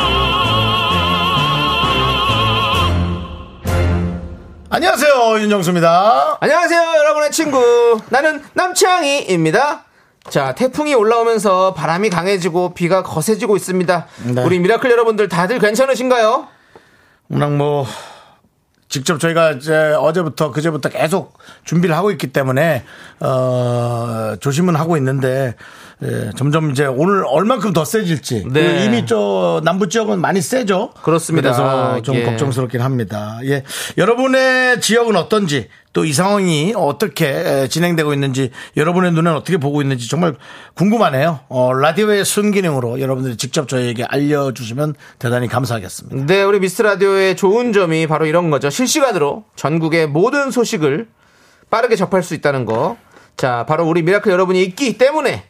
안녕하세요 윤정수입니다. 안녕하세요, 여러분의 친구. 나는 남창희입니다. 자, 태풍이 올라오면서 바람이 강해지고 비가 거세지고 있습니다. 네. 우리 미라클 여러분들 다들 괜찮으신가요? 그냥 뭐 직접 저희가 이제 어제부터 그제부터 계속 준비를 하고 있기 때문에 어, 조심은 하고 있는데 예, 점점 이제 오늘 얼만큼 더 세질지 그 네. 이미 저 남부 지역은 많이 세죠. 그렇습니다. 그래서 좀 예. 걱정스럽긴 합니다. 예, 여러분의 지역은 어떤지 또 이 상황이 어떻게 에, 진행되고 있는지 여러분의 눈엔 어떻게 보고 있는지 정말 궁금하네요. 어, 라디오의 순기능으로 여러분들이 직접 저희에게 알려주시면 대단히 감사하겠습니다. 네, 우리 미스 라디오의 좋은 점이 바로 이런 거죠. 실시간으로 전국의 모든 소식을 빠르게 접할 수 있다는 거. 자, 바로 우리 미라클 여러분이 있기 때문에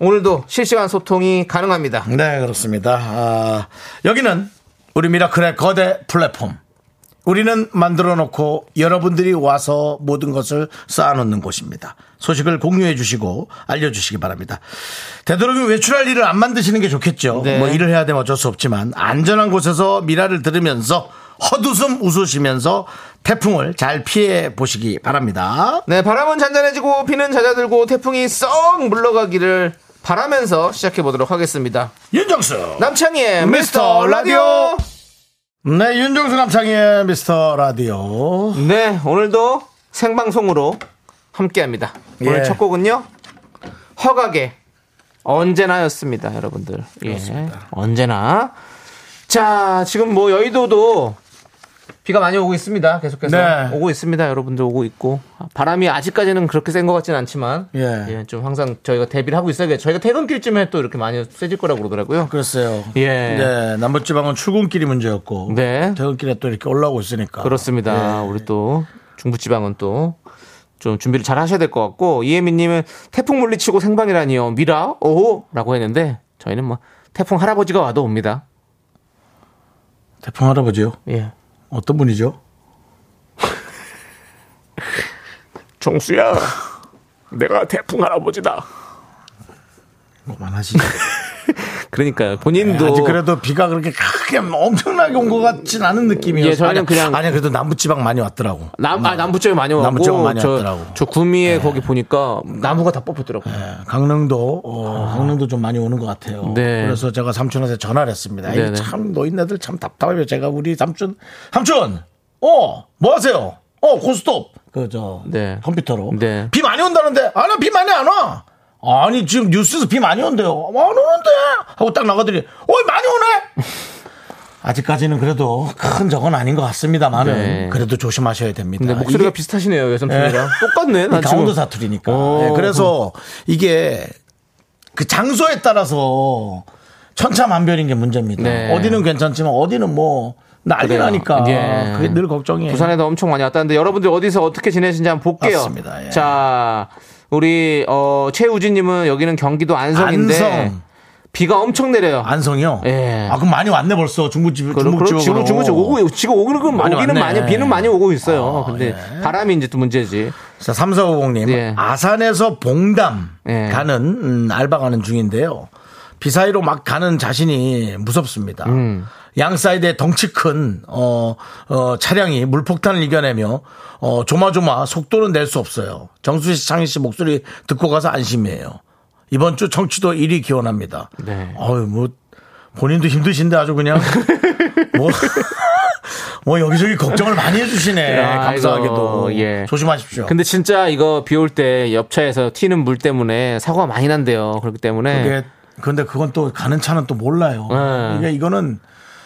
오늘도 실시간 소통이 가능합니다. 네, 그렇습니다. 아, 여기는 우리 미라클의 거대 플랫폼. 우리는 만들어 놓고 여러분들이 와서 모든 것을 쌓아놓는 곳입니다. 소식을 공유해 주시고 알려주시기 바랍니다. 되도록이면 외출할 일을 안 만드시는 게 좋겠죠. 네. 뭐 일을 해야 되면 어쩔 수 없지만 안전한 곳에서 미라를 들으면서 헛웃음 웃으시면서 태풍을 잘 피해 보시기 바랍니다. 네, 바람은 잔잔해지고 비는 잦아들고 태풍이 썩 물러가기를 바라면서 시작해 보도록 하겠습니다. 윤정수! 남창희의 미스터 라디오. 네, 윤정수 남창희의 미스터 라디오. 네, 오늘도 생방송으로 함께합니다. 오늘 예. 첫 곡은요 허각의 언제나였습니다, 여러분들. 예, 언제나. 자, 지금 뭐 여의도도 비가 많이 오고 있습니다. 계속해서 네. 오고 있습니다, 여러분들 오고 있고 바람이 아직까지는 그렇게 센 것 같진 않지만 예. 예, 좀 항상 저희가 대비를 하고 있어야겠죠. 저희가 퇴근길쯤에 또 이렇게 많이 세질 거라고 그러더라고요. 글쎄요. 예. 네, 남부지방은 출근길이 문제였고. 네. 퇴근길에 또 이렇게 올라오고 있으니까. 그렇습니다. 네. 우리 또 중부지방은 또 좀 준비를 잘 하셔야 될 것 같고 이혜민님은 태풍 물리치고 생방이라니요 미라 오호라고 했는데 저희는 뭐 태풍 할아버지가 와도 옵니다. 태풍 할아버지요? 예, 어떤 분이죠? 정수야, 내가 태풍 할아버지다. 그만하시죠. 네. 그러니까요. 본인도 뭐 아직 그래도 비가 그렇게 크게 엄청나게 온 것 같진 않은 느낌이어서. 예, 저희는 아니, 그냥- 아니, 그래도 남부지방 많이 왔더라고. 남, 아, 남부 쪽에 많이 오고 남부 쪽은 많이 저, 왔더라고. 저 구미에 거기 보니까 나무가 다 뽑혔더라고요. 아. 예, 강릉도, 어, 강릉도 좀 많이 오는 것 같아요. 네. 그래서 제가 삼촌한테 전화를 했습니다. 아이, 네네. 참, 노인네들 참 답답해요. 제가 우리 삼촌, 삼촌! 어! 뭐 하세요? 어, 고스톱! 그, 저, 네. 컴퓨터로. 네. 비 많이 온다는데, 아, 나 비 많이 안 와! 아니, 지금 뉴스에서 비 많이 온대요. 어, 안 오는데! 하고 딱 나가더니, 어이, 많이 오네! 아직까지는 그래도 큰 적은 아닌 것 같습니다만은, 네. 그래도 조심하셔야 됩니다. 근데 목소리가 이게- 아, 비슷하시네요 여성분이랑 똑같네. 난 강원도 아, 지금. 사투리니까. 어, 예, 그래서 이게 그 장소에 따라서 천차만별인 게 문제입니다. 네. 어디는 괜찮지만 어디는 뭐 난리 그래요. 나니까 예. 그게 늘 걱정이에요. 부산에도 엄청 많이 왔다는데 여러분들 어디서 어떻게 지내신지 한번 볼게요. 맞습니다. 예. 자, 우리 어, 최우진님은 여기는 경기도 안성인데 안성. 비가 엄청 내려요. 안성이요. 예. 아 그럼 많이 왔네 벌써 중부지 그럼 중부 지금 지역으로. 지금 그렇죠. 오고 지금 오기는 많이 많이 오기는 왔네. 많이 비는 많이 오고 있어요. 아, 근데 예. 바람이 이제 또 문제지. 자, 3450님. 예. 아산에서 봉담 예. 가는, 음, 알바 가는 중인데요. 비사이로 막 가는 자신이 무섭습니다. 음. 양 사이드에 덩치 큰, 어, 어, 차량이 물폭탄을 이겨내며, 어, 조마조마 속도는 낼 수 없어요. 정수 씨, 창희 씨 목소리 듣고 가서 안심이에요. 이번 주 청취도 1위 기원합니다. 네. 어유 뭐, 본인도 힘드신데 아주 그냥. 뭐, 뭐 여기저기 걱정을 많이 해주시네. 아이고, 감사하게도. 예. 조심하십시오. 근데 진짜 이거 비 올 때 옆차에서 튀는 물 때문에 사고가 많이 난대요. 그렇기 때문에 그게 근데 그건 또 가는 차는 또 몰라요. 네. 그러니까 네. 이게 이거는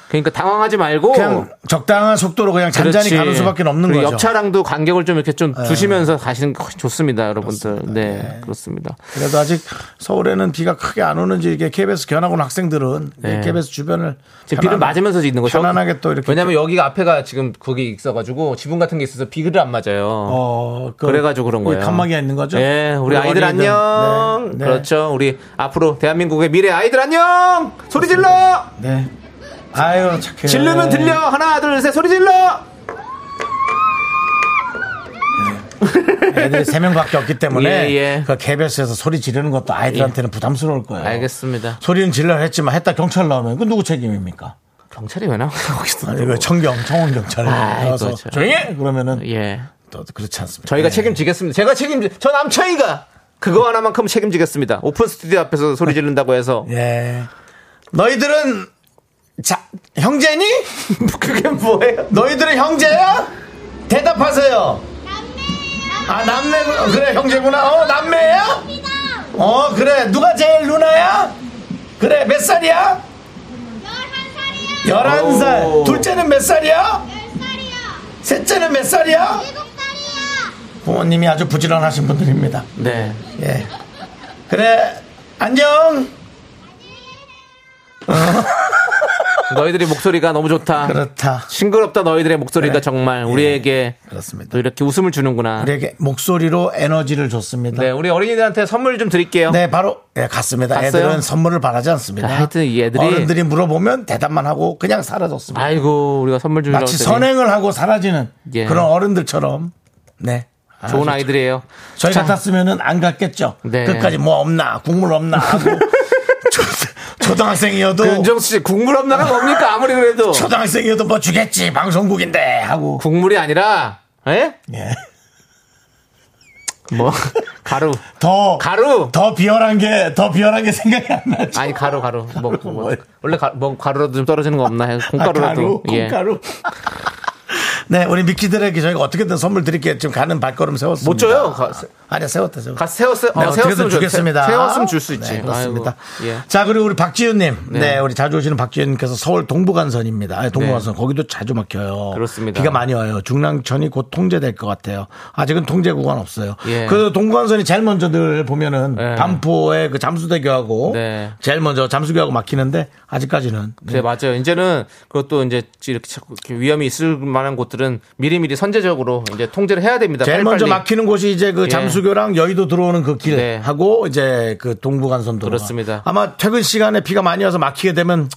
그러니까 당황하지 말고 그냥 적당한 속도로 그냥 잔잔히 그렇지. 가는 수밖에 없는 그리고 거죠. 예. 옆차랑도 간격을 좀 이렇게 좀 두시면서 가시는 거 좋습니다, 여러분들. 네, 그렇습니다. 그래도 아직 서울에는 비가 크게 안 오는지 이게 KBS 견학 온 학생들은 네. KBS 주변을 지금 비를 편안하게 맞으면서 있는 거죠. 편안하게 또 이렇게 왜냐면 여기가 앞에가 지금 거기 있어가지고 지붕 같은 게 있어서 비를 안 맞아요. 어, 그, 그래가지고 그런 거예요. 칸막이가 있는 거죠. 예, 우리 우리 아이들 어린이들. 안녕. 네, 네. 그렇죠. 우리 앞으로 대한민국의 미래 아이들 안녕. 소리 질러. 네. 아유 착해. 질르면 들려. 하나, 둘, 셋. 소리 질러. 애들이 세 명밖에 없기 때문에 예, 예. 그 KBS에서 소리 지르는 것도 아이들한테는 부담스러울 거예요. 알겠습니다. 소리는 질러 했지만 했다 경찰 나오면 그 누구 책임입니까? 경찰이 왜 나와? 거기서. 아니, 그 청경 청원 경찰에 아이고, 나와서 참. 조용히 해! 그러면은 예. 또 그렇지 않습니다. 저희가 네. 책임지겠습니다. 제가 책임지. 저 남창이가 그거 하나만큼 책임지겠습니다. 오픈 스튜디오 앞에서 소리 지른다고 해서 예. 너희들은 자 형제니? 그게 뭐예요? 너희들은 형제야? 대답하세요. 아 남매 그래 형제구나. 어 남매야? 어 그래 누가 제일 누나야? 그래 몇 살이야? 11살이요. 11살. 오. 둘째는 몇 살이야? 10살이요. 셋째는 몇 살이야? 7살이요. 부모님이 아주 부지런하신 분들입니다. 네. 예. 그래, 안녕! 너희들이 목소리가 너무 좋다. 그렇다. 싱그럽다 너희들의 목소리가 그래. 정말 예. 우리에게 그렇습니다. 네. 또 이렇게 웃음을 주는구나. 우리에게 목소리로 에너지를 줬습니다. 네, 네. 우리 어린이들한테 선물 좀 드릴게요. 바로, 예, 갔습니다. 갔어요? 애들은 선물을 바라지 않습니다. 아, 하여튼 이 애들이- 어른들이 물어보면 대답만 하고 그냥 사라졌습니다. 아이고 우리가 선물 주려고 마치 했더니 선행을 하고 사라지는 예. 그런 어른들처럼, 네. 아주 좋은 아이들이에요. 저희 자, 같았으면은 안 갔겠죠. 네. 끝까지 뭐 없나, 국물 없나 하고. 초- 초등학생이어도. 그 윤정수 씨 국물 없나가 뭡니까 아무리 그래도 초등학생이어도 뭐 주겠지 방송국인데 하고 국물이 아니라 예? 예. 뭐 가루 더 가루 더 비열한 게 더 비열한 게 생각이 안 나죠. 아니 가루 가루 뭐, 뭐, 뭐예요? 원래 가, 뭐 가루라도 좀 떨어지는 거 없나 해서 아, 콩가루라도 예. 가루, 콩가루. 네, 우리 미키들에게 저희가 어떻게든 선물 드릴게요. 지금 가는 발걸음 세웠습니다. 못 줘요. 가- 아니야 세웠다 세웠다. 가- 세웠어요? 어, 네, 어떻게든 세웠으면 좋- 주겠습니다. 세- 세웠으면 줄수 있지. 네, 그렇습니다. 아이고, 예. 자 그리고 우리 박지윤님, 네. 네, 우리 자주 오시는 박지윤님께서 서울 동부간선입니다. 아니, 동부간선 거기도 자주 막혀요. 그렇습니다. 비가 많이 와요. 중랑천이 곧 통제될 것 같아요. 아직은 통제 구간 없어요. 예. 그 동부간선이 제일 먼저 늘 보면은 예. 반포의 그 잠수대교하고 네. 제일 먼저 잠수교하고 막히는데 아직까지는 그래 맞아요. 이제는 그것도 이제 이렇게 자꾸 이렇게 위험이 있을 만한 곳들은 미리미리 선제적으로 이제 통제를 해야 됩니다. 제일 빨리빨리. 먼저 막히는 곳이 이제 그 예. 잠수교랑 여의도 들어오는 그 네. 길하고 이제 그 동부간선도 그렇습니다. 아마 퇴근 시간에 비가 많이 와서 막히게 되면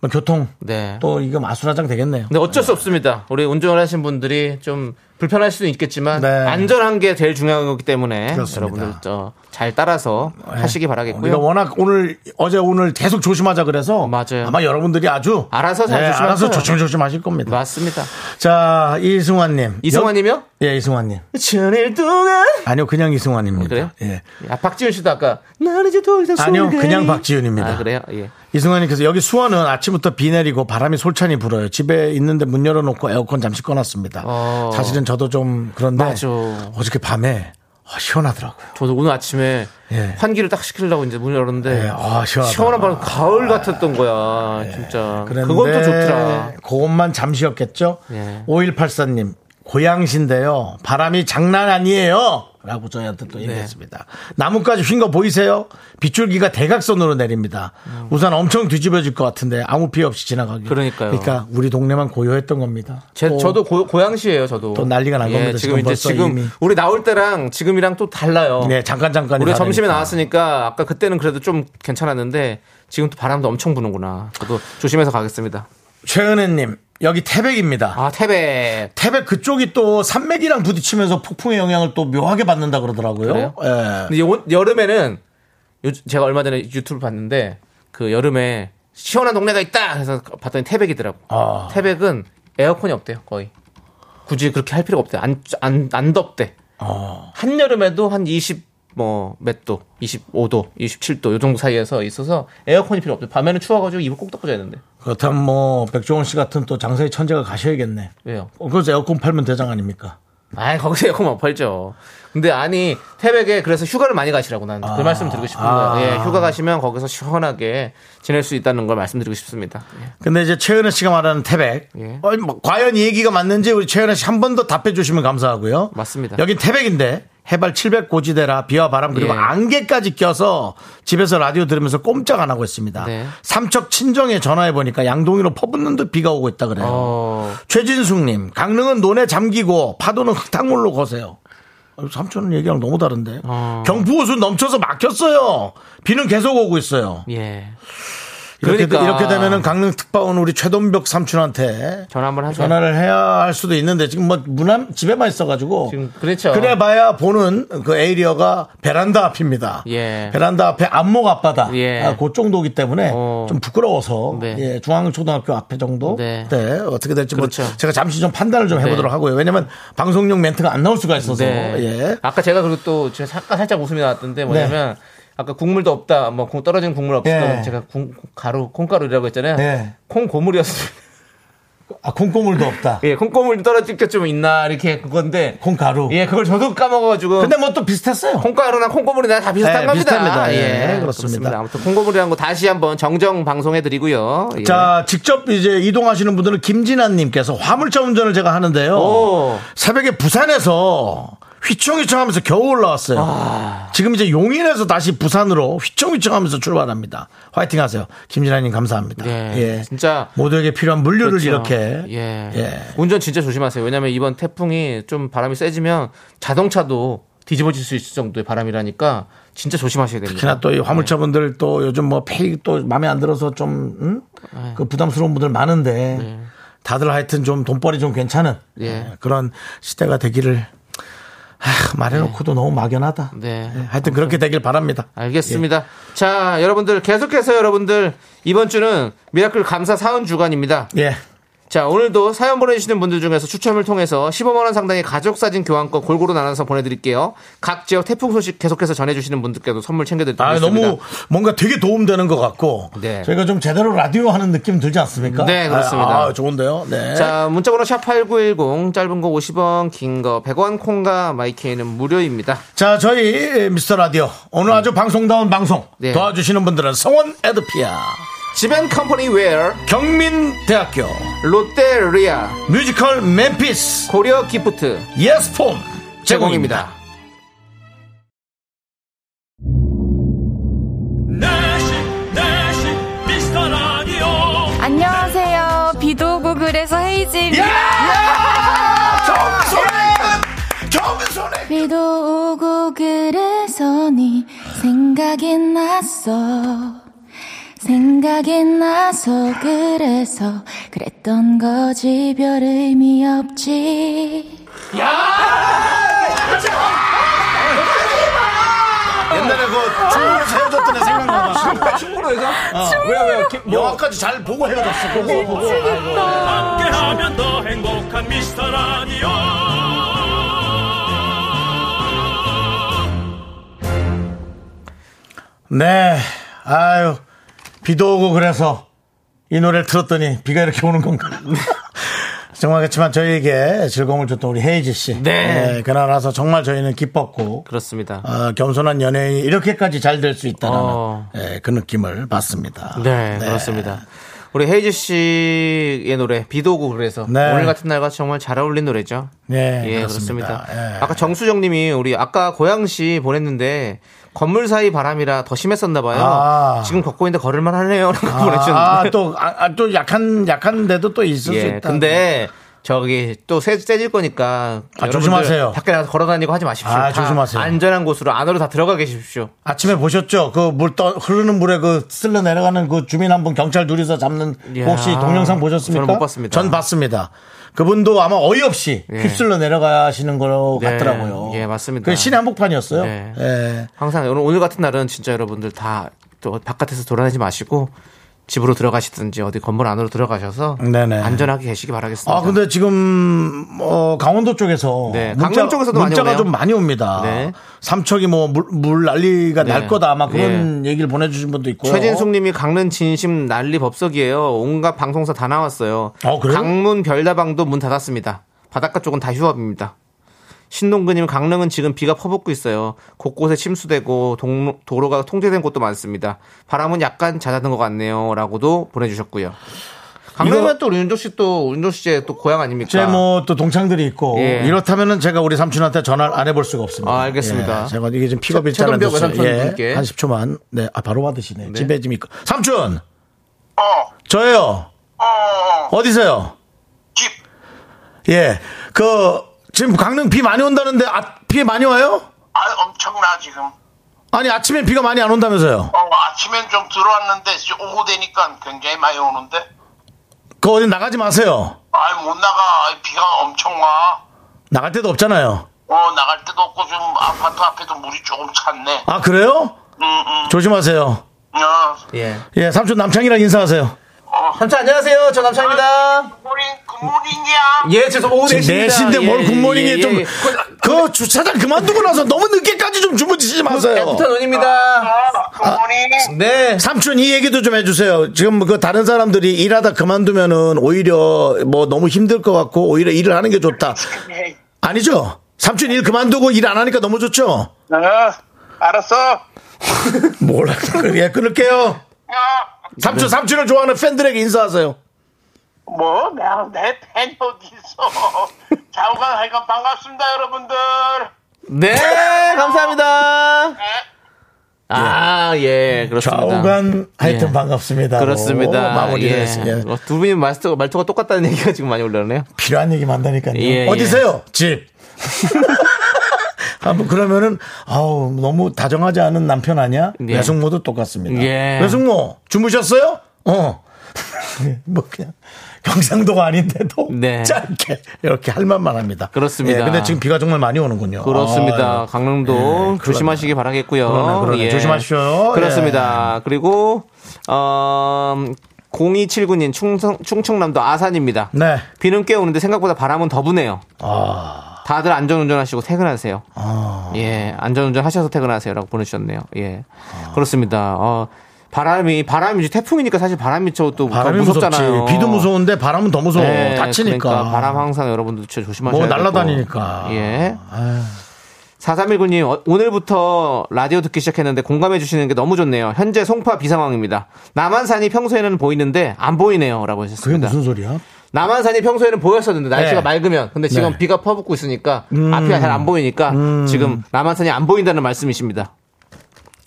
뭐 교통 네. 또 이거 마술화장 되겠네요. 근데 어쩔 수 없습니다. 우리 운전을 하신 분들이 좀 불편할 수는 있겠지만 네. 안전한 게 제일 중요한 거기 때문에 그렇습니다. 네. 여러분들 잘 따라서 하시기 바라겠고요. 우리가 워낙 오늘 어제 오늘 계속 조심하자 그래서 맞아요. 아마 여러분들이 아주 네, 알아서 잘 조심할 알아서 거예요. 조심조심 하실 겁니다. 맞습니다. 자 이승환님 이승환님이요? 여- 예 이승환님 천일 동안 아니요 그냥 이승환입니다. 그래요? 예 아 박지윤 씨도 아까 나는 이제 더 이상 아니요 소리가 그냥 이- 박지윤입니다. 아 그래요? 예. 이승환님께서 여기 수원은 아침부터 비 내리고 바람이 솔찬히 불어요. 집에 있는데 문 열어놓고 에어컨 잠시 꺼놨습니다. 어. 사실은 저도 좀 그런데 맞아. 어저께 밤에 아, 시원하더라고요. 저도 오늘 아침에 예. 환기를 딱 시키려고 이제 문을 열었는데 예, 아, 시원하다. 시원한 바람 가을 같았던 거야 진짜 그런데 그건 또 좋더라 그것만 잠시였겠죠. 예. 5184님 고양신데요. 바람이 장난 아니에요. 라고 저희한테 네. 또 얘기했습니다. 나뭇가지 휜 거 보이세요? 빗줄기가 대각선으로 내립니다. 우산 엄청 뒤집어질 것 같은데 아무 피해 없이 지나가기. 그러니까요. 그러니까 우리 동네만 고요했던 겁니다. 제, 또 저도 고, 고양시예요 저도 또 어. 난리가 난 겁니다, 지금 지금 이제 벌써 지금 이미. 우리 나올 때랑 지금이랑 또 달라요 네, 잠깐 잠깐. 우리 가 점심에 나왔으니까 아까 그때는 그래도 좀 괜찮았는데 지금 또 바람도 엄청 부는구나 저도 조심해서 가겠습니다 최은혜님 여기 태백입니다. 아 태백 태백 그쪽이 또 산맥이랑 부딪히면서 폭풍의 영향을 또 묘하게 받는다 그러더라고요. 그래요? 예. 근데 요- 여름에는 요- 제가 얼마 전에 유튜브 봤는데 그 여름에 시원한 동네가 있다 해서 봤더니 태백이더라고. 아. 태백은 에어컨이 없대요 거의. 굳이 그렇게 할 필요가 없대. 안안 안, 안 덥대. 한 여름에도 한 20 뭐몇 도, 25도, 27도 요 정도 사이에서 있어서 에어컨이 필요 없대. 밤에는 추워가지고 이불 꼭 덮어줘야 되는데. 그렇다면 뭐 백종원 씨 같은 또 장사의 천재가 가셔야겠네. 어, 왜요? 그래서 에어컨 팔면 대장 아닙니까? 아 거기서 에어컨 못 팔죠. 근데 아니 태백에 그래서 휴가를 많이 가시라고 난 그 말씀 드리고 싶은 거예요. 예, 휴가 가시면 거기서 시원하게 지낼 수 있다는 걸 말씀드리고 싶습니다. 예. 근데 이제 최은혜 씨가 말하는 태백. 예. 어, 뭐, 과연 이 얘기가 맞는지 우리 최은혜 씨 한 번 더 답해 주시면 감사하고요. 맞습니다. 여긴 태백인데 해발 700 고지대라 비와 바람 그리고 예. 안개까지 껴서 집에서 라디오 들으면서 꼼짝 안 하고 있습니다. 네. 삼척 친정에 전화해 보니까 양동이로 퍼붓는 듯 비가 오고 있다 그래요. 어, 최진숙님, 강릉은 논에 잠기고 파도는 흙탕물로 거세요. 아유, 삼촌은 얘기랑 너무 다른데. 어. 경부호수 넘쳐서 막혔어요. 비는 계속 오고 있어요. 예. 이렇게, 그러니까. 이렇게 되면은 강릉 특파원 우리 최돈벽 삼촌한테 전화 한번 하죠. 전화를 해야 할 수도 있는데 지금 뭐 문화 집에만 있어가지고 지금 그렇죠. 그래봐야 보는 그 에이리어가 베란다 앞입니다. 예. 베란다 앞에 안목 앞바다 예. 아, 그 정도기 때문에 어. 좀 부끄러워서 네. 예, 중앙초등학교 앞에 정도 네. 네. 어떻게 될지 뭐 그렇죠. 제가 잠시 좀 판단을 좀 해보도록 네. 하고요. 왜냐면 방송용 멘트가 안 나올 수가 있어서 네. 예. 네. 아까 제가 그리고 또 지금 잠깐 살짝 웃음이 나왔던데 뭐냐면 아까 국물도 없다, 뭐 공- 떨어진 국물 없다, 예. 제가 공, 가루 콩가루라고 했잖아요. 예. 콩 고물이었어요. 아, 콩고물도 없다. 예, 콩고물 떨어질 게 좀 있나 이렇게 그건데. 콩가루. 예, 그걸 저도 까먹어가지고. 근데 뭐 또 비슷했어요. 콩가루나 콩고물이나 다 비슷한 네, 겁니다. 비슷합니다. 예, 그렇습니다. 아무튼 콩고물이란 거 다시 한번 정정 방송해드리고요. 예. 자, 직접 이제 이동하시는 분들은 김진아님께서 화물차 운전을 제가 하는데요. 오. 새벽에 부산에서 휘청휘청 하면서 겨우 올라왔어요. 아. 지금 이제 용인에서 다시 부산으로 휘청휘청 하면서 출발합니다. 화이팅 하세요. 김진아님 감사합니다. 예, 진짜. 모두에게 필요한 물류를 그렇죠. 이렇게. 예. 예. 운전 진짜 조심하세요. 왜냐면 이번 태풍이 좀 바람이 세지면 자동차도 뒤집어질 수 있을 정도의 바람이라니까 진짜 조심하셔야 됩니다. 특히나 또 이 화물차분들 또 요즘 뭐 페이 또 마음에 안 들어서 좀, 음? 네. 그 부담스러운 분들 많은데 다들 하여튼 좀 돈벌이 좀 괜찮은 예. 예, 그런 시대가 되기를 하, 말해놓고도 너무 막연하다. 네. 예, 하여튼 그렇게 되길 바랍니다. 알겠습니다. 자, 여러분들 계속해서 여러분들 이번 주는 미라클 감사 사은 주간입니다. 예. 자, 오늘도 사연 보내주시는 분들 중에서 추첨을 통해서 15만원 상당의 가족사진 교환권 골고루 나눠서 보내드릴게요. 각 지역 태풍 소식 계속해서 전해주시는 분들께도 선물 챙겨드리겠습니다. 아, 너무 뭔가 되게 도움되는 것 같고 네. 저희가 좀 제대로 라디오 하는 느낌 들지 않습니까? 네, 그렇습니다. 아, 아, 좋은데요. 네. 자, 문자번호 샵8910, 짧은 거 50원, 긴 거 100원, 콩과 마이케이는 무료입니다. 자, 저희 미스터 라디오 오늘 아주 방송다운 방송 네. 도와주시는 분들은 성원 에드피아, 지벤 컴퍼니 웨어, 경민대학교, 롯데리아, 뮤지컬 맨피스, 고려 기프트 예스폼 제공입니다. 제공입니다. 내시 내시 미스터 라디오 안녕하세요. 비도 오고 그래서 헤이즈입니다. 비도 오고 그래서 네 생각이 났어. 생각이 나서 그래서 그랬던 거지 별 의미 없지. 옛날에 그 춤으로 헤어졌던 애 생각나. 춤으로 해서? 왜왜 영화까지 잘 보고 헤어졌어. 보고 보고. 함께하면 더 행복한 미스터 라디오 네. 아유 비도 오고 그래서 이 노래를 틀었더니 비가 이렇게 오는 건가? 정말 그렇지만 저희에게 즐거움을 줬던 우리 헤이지 씨. 네. 그날 와서 정말 저희는 기뻤고 그렇습니다. 아, 겸손한 연예인이 이렇게까지 잘 될 수 있다는 어. 예, 그 느낌을 받습니다. 네, 그렇습니다. 우리 헤이즈 씨의 노래 비도 오고 그래서 네. 오늘 같은 날과 정말 잘 어울린 노래죠. 네, 예, 그렇습니다. 그렇습니다. 예. 아까 정수정님이 우리 아까 고양시 보냈는데 건물 사이 바람이라 더 심했었나 봐요. 아. 지금 걷고 있는데 걸을만 하네요라고 보내주셨는데. 아, 또, 아, 아, 또 약한, 약한데도 또 있을 수 예, 있다. 네. 근데 저기 또 세, 세질 거니까 아, 여러분들 조심하세요. 밖에 나가서 걸어다니고 하지 마십시오. 아, 다 조심하세요. 안전한 곳으로 안으로 다 들어가 계십시오. 아침에 보셨죠? 그 물 떠, 흐르는 물에 그 쓸려 내려가는 그 주민 한 분 경찰 둘이서 잡는 그 이야. 혹시 동영상 보셨습니까? 저는 못 봤습니다. 전 봤습니다. 그분도 아마 어이없이 예. 휩쓸러 내려가시는 거 네. 같더라고요. 예, 맞습니다. 그 신의 한복판이었어요. 네. 예. 항상 오늘, 오늘 같은 날은 진짜 여러분들 다 또 바깥에서 돌아다니지 마시고 집으로 들어가시든지 어디 건물 안으로 들어가셔서 네네. 안전하게 계시기 바라겠습니다. 아, 근데 지금, 어, 강원도 쪽에서. 네, 문자, 강릉 쪽에서도 많이 문자가 오네요. 좀 많이 옵니다. 네. 삼척이 뭐, 물, 물 난리가 네. 예. 날 거다. 아마 그런 얘기를 보내주신 분도 있고요. 최진숙님이 아. 강릉 진심 난리 법석이에요. 온갖 방송사 다 나왔어요. 어, 그래요? 강문 별다방도 문 닫았습니다. 바닷가 쪽은 다 휴업입니다. 신동근님 강릉은 지금 비가 퍼붓고 있어요. 곳곳에 침수되고 동 도로가 통제된 곳도 많습니다. 바람은 약간 잦아든 것 같네요.라고도 보내주셨고요. 강릉은 또 우리 윤조 씨또 윤조 씨의 또 고향 아닙니까? 제 뭐 또 동창들이 있고 예. 이렇다면은 제가 우리 삼촌한테 전화를 안 해볼 수가 없습니다. 아, 알겠습니다. 예, 제가 이게 지금 픽업이 최- 잘안 최동벽 됐어요. 외삼촌분께. 예, 한 10초만. 네, 아 바로 받으시네. 집에 지금 있고. 삼촌. 어, 저예요. 어디세요? 집. 예, 그 지금 강릉 비 많이 온다는데 아, 비 많이 와요? 아, 엄청나, 지금. 아니 아침에 비가 많이 안 온다면서요? 어, 아침엔 좀 들어왔는데, 이제 오후 되니까 굉장히 많이 오는데. 그 어디 나가지 마세요. 아이, 못 나가. 아이, 비가 엄청 와. 나갈 데도 없잖아요. 어, 나갈 데도 없고, 좀 아파트 앞에도 물이 조금 찼네. 아 그래요? 응, 응. 조심하세요. 어, 예. 예, 삼촌 남창이랑 인사하세요. 삼촌 안녕하세요. 저 남창입니다. 굿모닝, 굿모닝이야. 예, 지금 오후 예, 지금 4시인데 뭘 굿모닝이 좀. 그 주차장 그만두고 나서 너무 늦게까지 좀 주무시지 마세요. 애프터 논입니다. 어, 굿모닝. 네. 삼촌 이 얘기도 좀 해주세요. 지금 그 다른 사람들이 일하다 그만두면은 오히려 뭐 너무 힘들 것 같고 오히려 일을 하는 게 좋다. 에이, 아니죠? 삼촌 일 그만두고 일 안 하니까 너무 좋죠? 어, 알았어. 몰라. 예, 끊을게요. 야, 삼촌, 삼촌을 좋아하는 팬들에게 인사하세요. 뭐, 나, 내 팬이 어디 있어. 자우가 하니까 반갑습니다, 여러분들. 네, 감사합니다. 아, 예, 그렇습니다. 좌우간 하여튼 예. 반갑습니다. 그렇습니다. 마무리를 예. 했어요. 예. 어, 두 분이 말투가, 말투가 똑같다는 얘기가 지금 많이 올라오네요. 필요한 얘기만 한다니까요. 예, 어디세요? 집. 아, 뭐 그러면은 아우 너무 다정하지 않은 남편 아니야? 예. 외숙모도 똑같습니다. 예. 외숙모 주무셨어요? 어. 뭐 그냥 경상도가 아닌데도 네. 짧게 이렇게 할 만만 합니다. 그렇습니다. 예, 근데 지금 비가 정말 많이 오는군요. 그렇습니다. 아유. 예. 강릉도 조심하시기 바라겠고요. 예. 그러네, 그러네. 조심하십시오. 예. 그렇습니다. 그리고 어 0279님 충성, 충청남도 아산입니다. 네. 비는 꽤 오는데 생각보다 바람은 더 부네요. 아. 다들 안전운전하시고 퇴근하세요. 예, 안전운전 하셔서 퇴근하세요라고 보내주셨네요. 예, 아. 그렇습니다. 어, 바람이 바람이 이제 태풍이니까 사실 바람이 저또 바람이 무섭잖아요. 무섭지. 비도 무서운데 바람은 더 무서워. 예, 다치니까. 그러니까 바람 항상 여러분들 진짜 조심하셔야 뭐 되고. 날라다니니까. 예. 4319님, 어, 오늘부터 라디오 듣기 시작했는데 공감해 주시는 게 너무 좋네요. 현재 송파 비상황입니다. 남한산이 평소에는 보이는데 안 보이네요. 라고 그게 하셨습니다. 무슨 소리야? 남한산이 평소에는 보였었는데 네. 날씨가 맑으면. 근데 지금 네. 음. 비가 퍼붓고 있으니까 앞이 잘 안 보이니까 지금 남한산이 안 보인다는 말씀이십니다.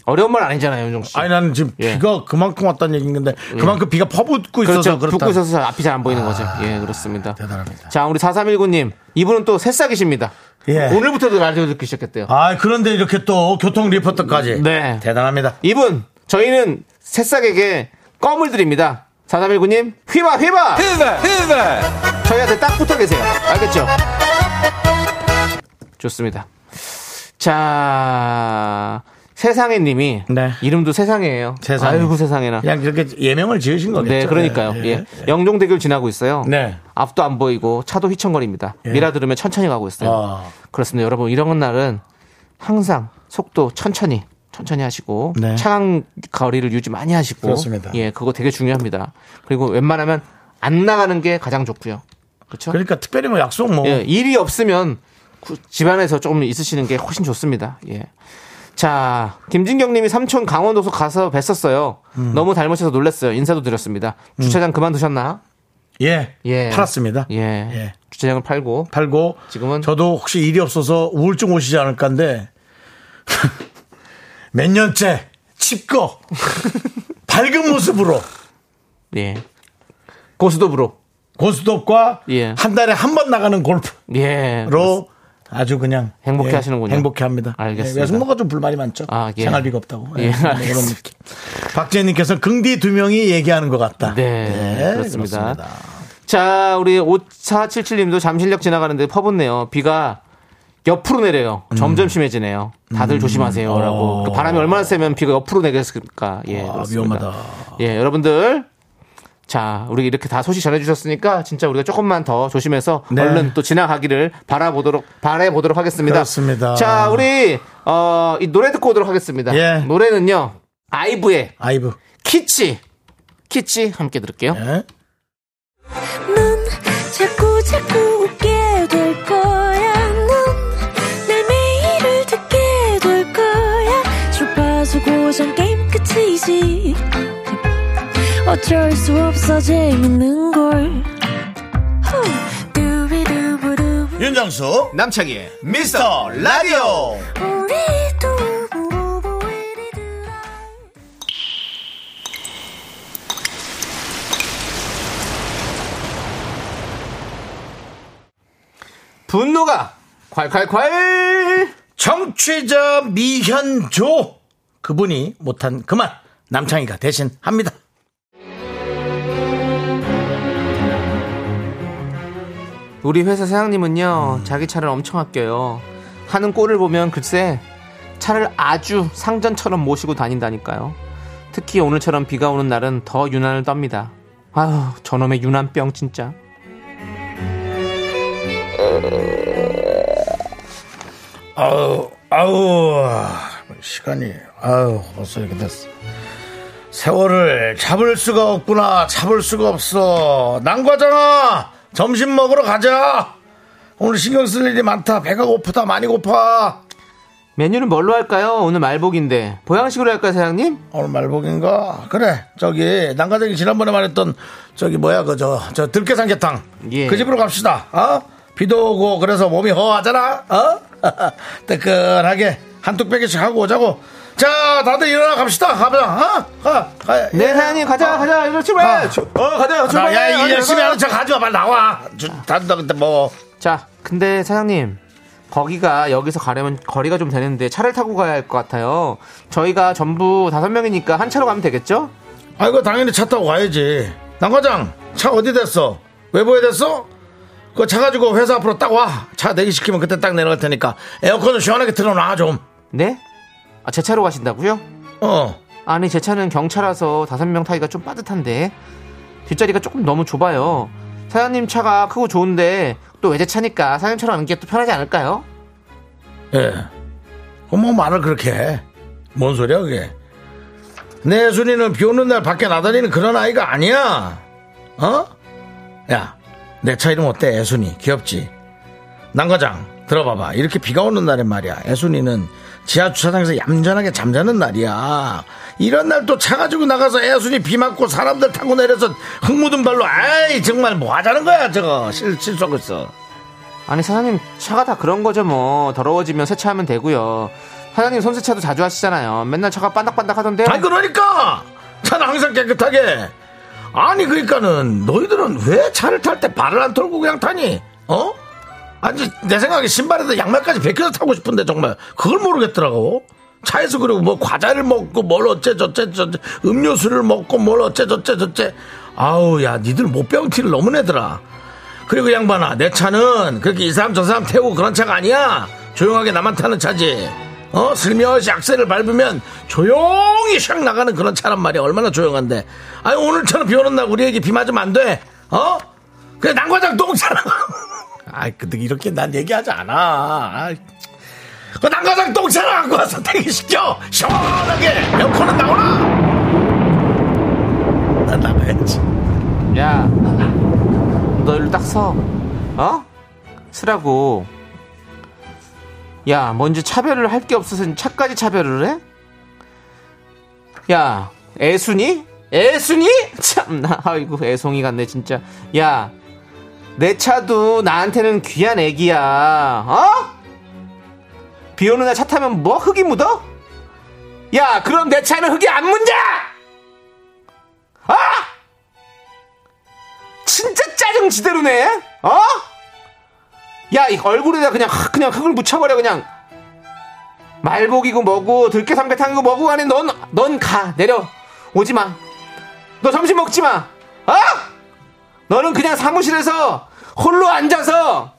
어려운 말 아니잖아요, 윤종 씨. 아니 나는 지금 예. 비가 그만큼 왔다는 얘기인 건데 그만큼 비가 퍼붓고 그렇죠. 있어서 그렇다. 아, 붓고 있어서 잘 앞이 잘 안 보이는 거죠. 예, 그렇습니다. 대단합니다. 자, 우리 4319님. 이분은 또 새싹이십니다. 예. 오늘부터도 라디오 듣기 시작했대요. 아 그런데 이렇게 또 교통 리포터까지. 네. 대단합니다. 이분 저희는 새싹에게 껌을 드립니다 4319님 휘바 휘바 휘바 휘바 저희한테 딱 붙어 계세요 알겠죠 좋습니다 자 세상에 님이 네. 이름도 세상이에요 세상에. 아이고 세상에나 그냥 이렇게 예명을 지으신 거겠죠. 네, 그러니까요. 예, 예, 예. 영종대교를 지나고 있어요. 네. 앞도 안 보이고 차도 휘청거립니다. 예. 미라 들으면 천천히 가고 있어요. 아. 그렇습니다. 여러분 이런 날은 항상 속도 천천히 천천히 하시고 네. 차간 거리를 유지 많이 하시고 그렇습니다. 예, 그거 되게 중요합니다. 그리고 웬만하면 안 나가는 게 가장 좋고요. 그렇죠? 그러니까 특별히 뭐 약속 뭐. 예, 일이 없으면 구- 집안에서 조금 있으시는 게 훨씬 좋습니다. 예. 자, 김진경 님이 삼촌 강원도서 가서 뵀었어요. 음. 너무 닮으셔서 놀랐어요. 인사도 드렸습니다. 주차장 그만두셨나? 예. 예. 팔았습니다. 예. 예. 주차장을 팔고. 팔고 지금은- 저도 혹시 일이 없어서 우울증 오시지 않을까인데 몇 년째 칩거 밝은 모습으로 예. 고스톱으로. 고스톱과 예. 한 달에 한 번 나가는 골프. 예. 로 아주 그냥 행복해 예, 하시는군요. 행복해합니다. 알겠습니다. 예, 외숙모가 좀 불만이 많죠. 아, 예. 생활비가 없다고. 예, 그런 알겠습니다. 느낌. 박재현님께서 긍디 두 명이 얘기하는 것 같다. 네, 예, 그렇습니다. 자, 우리 5477님도 잠실역 지나가는데 퍼붓네요. 비가 옆으로 내려요. 음. 점점 심해지네요. 다들 조심하세요. 라고. 그 바람이 얼마나 세면 비가 옆으로 내겠습니까? 예. 어. 와, 그렇습니다. 위험하다. 예, 여러분들. 자, 우리 이렇게 다 소식 전해주셨으니까 진짜 우리가 조금만 더 조심해서 네. 얼른 또 지나가기를 바라보도록, 바라보도록 하겠습니다. 그렇습니다. 자, 우리, 어, 이 노래 듣고 오도록 하겠습니다. 예. 노래는요, 아이브의 아이브. 키치. 키치 함께 들을게요. 예. 넌 자꾸 자꾸 웃게 될 거야. 넌내 고전 게임 끝이지 어쩔 수 없어 재밌는 걸 후. 두비두부두부. 윤정수 남창희의 미스터 라디오 예. 우리 두부부부 우리 두부부. 분노가 콸콸콸 정취자 미현조 그분이 못한 그만 남창희가 대신 합니다. 우리 회사 사장님은요 자기 차를 엄청 아껴요 하는 꼴을 보면 글쎄 차를 아주 상전처럼 모시고 다닌다니까요 특히 오늘처럼 비가 오는 날은 더 유난을 떱니다 아휴 저놈의 유난병 진짜 아우 아우 시간이 아우 벌써 이렇게 됐어. 세월을 잡을 수가 없구나 잡을 수가 없어 난과장아 점심 먹으러 가자 오늘 신경 쓸 일이 많다 배가 고프다 많이 고파 메뉴는 뭘로 할까요? 오늘 말복인데 보양식으로 할까요 사장님? 오늘 말복인가 그래 저기 난과장이 지난번에 말했던 저기 뭐야 그저 저 들깨 삼계탕 예. 그 집으로 갑시다 어 비도 오고 그래서 몸이 허하잖아 어 뜨끈하게 한 뚝배기씩 하고 오자고 자 다들 일어나 갑시다 가보자 어가네 네 사장님 가자 가자 이거 출발 아. 출- 어 가자 나, 출발 야, 가자, 일 열심히 가자. 하는 척 하지 마. 빨리 나와. 단다 근데 뭐. 자, 근데 사장님 거기가 여기서 가려면 거리가 좀 되는데 차를 타고 가야 할 것 같아요. 저희가 전부 다섯 명이니까 한 차로 가면 되겠죠? 아이고, 당연히 차 타고 가야지. 남과장, 차 어디 됐어? 외부에 됐어? 그거 차 가지고 회사 앞으로 딱 와. 차 대기시키면 그때 딱 내려갈 테니까. 에어컨을 시원하게 틀어놔, 좀. 네? 아, 제 차로 가신다고요? 어. 아니, 제 차는 경차라서 다섯 명 타기가 좀 빠듯한데 뒷자리가 조금 너무 좁아요. 사장님 차가 크고 좋은데 또 외제 차니까 사장님처럼 앉는 게 또 편하지 않을까요? 예. 그럼 뭐 말을 그렇게 해. 뭔 소리야, 그게. 내 순이는 비 오는 날 밖에 나다니는 그런 아이가 아니야. 어? 야, 내 차 이름 어때, 애순이? 귀엽지? 난과장, 들어봐봐. 이렇게 비가 오는 날엔 말이야. 애순이는 지하 주차장에서 얌전하게 잠자는 날이야. 이런 날 또 차 가지고 나가서 애순이 비 맞고 사람들 타고 내려서 흙 묻은 발로, 아이, 정말 뭐 하자는 거야, 저거. 실, 실수하고 있어. 아니 사장님 차가 다 그런 거죠 뭐 더러워지면 세차하면 되고요. 사장님 손세차도 자주 하시잖아요. 맨날 차가 반닥반닥 하던데. 아니 그러니까 차는 항상 깨끗하게 아니 그러니까는 너희들은 왜 차를 탈 때 발을 안 털고 그냥 타니 어? 아니 내 생각에 신발에다 양말까지 벗겨서 타고 싶은데 정말 그걸 모르겠더라고 차에서 그리고 뭐 과자를 먹고 뭘 어째 저째 저째 음료수를 먹고 뭘 어째 저째 저째 아우 야 니들 못병 티를 너무 내더라 그리고 양반아 내 차는 그렇게 이 사람 저 사람 태우고 그런 차가 아니야 조용하게 나만 타는 차지 어 슬며시 악셀을 밟으면 조용히 샥 나가는 그런 차란 말이야 얼마나 조용한데 아니 오늘처럼 비 오는 날 우리에게 비 맞으면 안돼어 그래 난과장 똥차라 아이 근데 이렇게 난 얘기하지 않아 아이, 그 난과장 똥차라 갖고 와서 대기시켜 시원하게 에어컨은 나오나 난 나가야지 야, 너 일로 딱 서. 어? 쓰라고. 야, 뭔지 차별을 할 게 없어서 차까지 차별을 해? 야, 애순이? 애순이? 참나, 아이고, 애송이 같네, 진짜. 야, 내 차도 나한테는 귀한 애기야. 어? 비 오는 날 차 타면 뭐 흙이 묻어? 야, 그럼 내 차는 흙이 안 묻냐? 아! 진짜 짜증 지대로 내? 어? 야, 이 얼굴에다 그냥 흙, 그냥 흙을 묻혀버려 그냥. 말복이고 뭐고 들깨 삼계탕이고 뭐고 간에 넌넌 가 내려 오지 마. 너 점심 먹지 마. 어? 너는 그냥 사무실에서 홀로 앉아서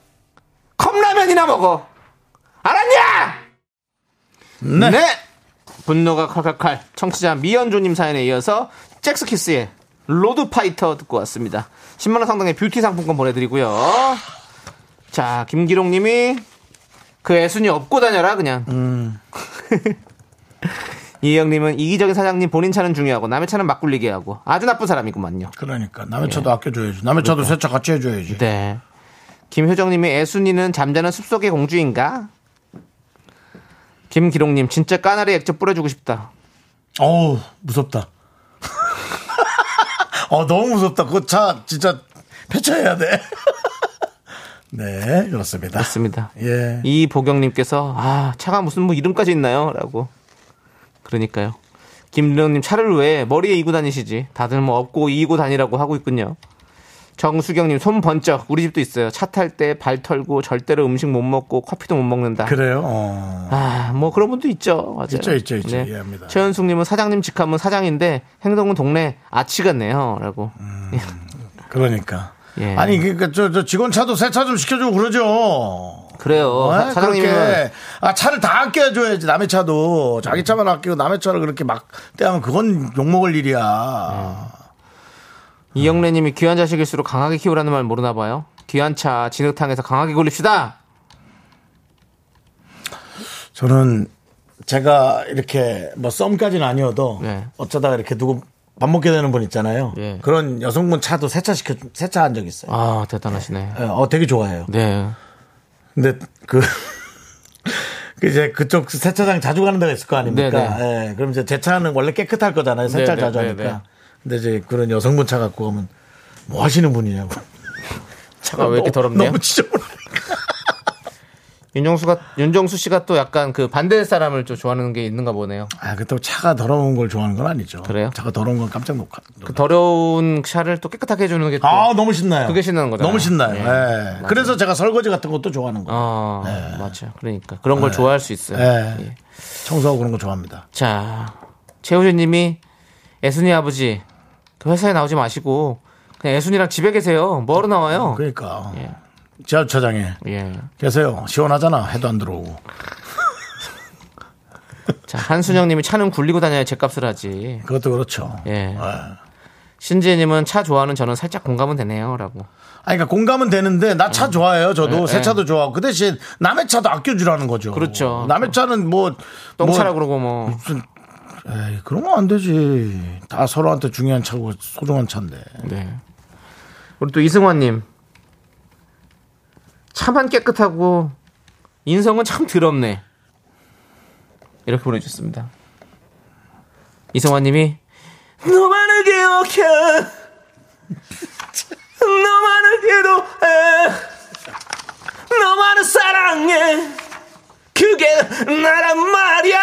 컵라면이나 먹어. 알았냐? 네. 분노가 칼칼칼 청취자 미연조님 사연에 이어서 잭스키스의 로드파이터 듣고 왔습니다. 10만원 상당의 뷰티 상품권 보내드리고요. 자, 김기롱님이 그 애순이 업고 다녀라, 그냥. 이혜영님은 이기적인 사장님 본인 차는 중요하고 남의 차는 막 굴리게 하고 아주 나쁜 사람이구만요. 그러니까 남의 차도 아껴줘야지. 남의 차도 세차 같이 해줘야지. 네. 김효정님이 애순이는 잠자는 숲속의 공주인가? 김기롱님 진짜 까나리 액젓 뿌려주고 싶다. 어우, 무섭다. 어, 너무 무섭다. 그 차, 진짜, 폐차해야 돼. 네, 그렇습니다. 맞습니다. 예. 이보경님께서 아 차가 무슨 뭐 이름까지 있나요?라고 그러니까요. 김은영님 차를 왜 머리에 이고 다니시지? 다들 뭐 업고 이고 다니라고 하고 있군요. 정수경님 손 번쩍 우리 집도 있어요. 차 탈 때 발 털고 절대로 음식 못 먹고 커피도 못 먹는다. 그래요. 어. 아 뭐 그런 분도 있죠. 맞아요. 네. 있죠, 있죠, 있죠. 이해합니다. 최현숙님은 사장님 직함은 사장인데 행동은 동네 아치 같네요.라고. 그러니까. 예. 음. 아니, 그러니까 저, 저 직원 차도 새 차 좀 시켜주고 그러죠. 그래요. 어, 사- 사장님은 그렇게. 아, 차를 다 아껴줘야지. 남의 차도. 자기 차만 아끼고 남의 차를 그렇게 막 떼하면 그건 욕먹을 일이야. 이영래님이 귀한 자식일수록 강하게 키우라는 말 모르나 봐요. 귀한 차 진흙탕에서 강하게 굴립시다. 저는 제가 이렇게 뭐 썸까지는 아니어도 네. 어쩌다가 이렇게 누구 밥 먹게 되는 분 있잖아요. 예. 그런 여성분 차도 세차 시켜, 세차한 적 있어요. 아 대단하시네. 예, 어, 되게 좋아해요. 네. 근데 그, 그 이제 그쪽 세차장 자주 가는 데가 있을 거 아닙니까? 예, 그럼 이제 제 차는 원래 깨끗할 거잖아요. 세차 네, 네네, 자주 네네. 하니까. 근데 이제 그런 여성분 차 갖고 가면 뭐 하시는 분이냐고. 차가 아, 왜 이렇게 너무- 더럽네요? 너무 지저분해. 윤정수가 윤정수 씨가 또 약간 그 반대 사람을 좀 좋아하는 게 있는가 보네요. 아, 그렇다고 차가 더러운 걸 좋아하는 건 아니죠. 그래요? 차가 더러운 건 깜짝 놀까. 그 더러운 차를 또 깨끗하게 해주는 게 또. 아, 너무 신나요. 그, 그게 신나는 거잖아요. 너무 신나요. 네. 예. 맞아요. 그래서 제가 설거지 같은 것도 좋아하는 거예요. 어, 맞아. 그러니까 그런 걸 좋아할 수 있어요. 네. 예. 청소하고 그런 거 좋아합니다. 자, 최우진님이 애순이 아버지 그 회사에 나오지 마시고 그냥 애순이랑 집에 계세요. 뭐하러 나와요? 그러니까 예. 지하주차장에 예. 계세요. 시원하잖아. 해도 안 들어오고. 자, 한순영님이 차는 굴리고 다녀야 제값을 하지. 그것도 그렇죠. 예. 예. 신지혜님은 차 좋아하는 저는 살짝 공감은 되네요.라고. 아니, 그러니까 공감은 되는데, 나 음. 차 좋아해요. 저도 새 차도 좋아하고. 그 대신 남의 차도 아껴주라는 거죠. 예, 그렇죠. 남의 차는 뭐. 똥차라 뭐, 그러고 뭐. 에이, 그런 거 안 되지. 다 서로한테 중요한 차고 소중한 차인데. 네. 우리 또 이승환님 차만 깨끗하고 인성은 참 더럽네. 이렇게 보내주셨습니다. 이승환님이 너만을 기억해. 너만을 기도해. 너만을 사랑해. 그게 나란 말이야.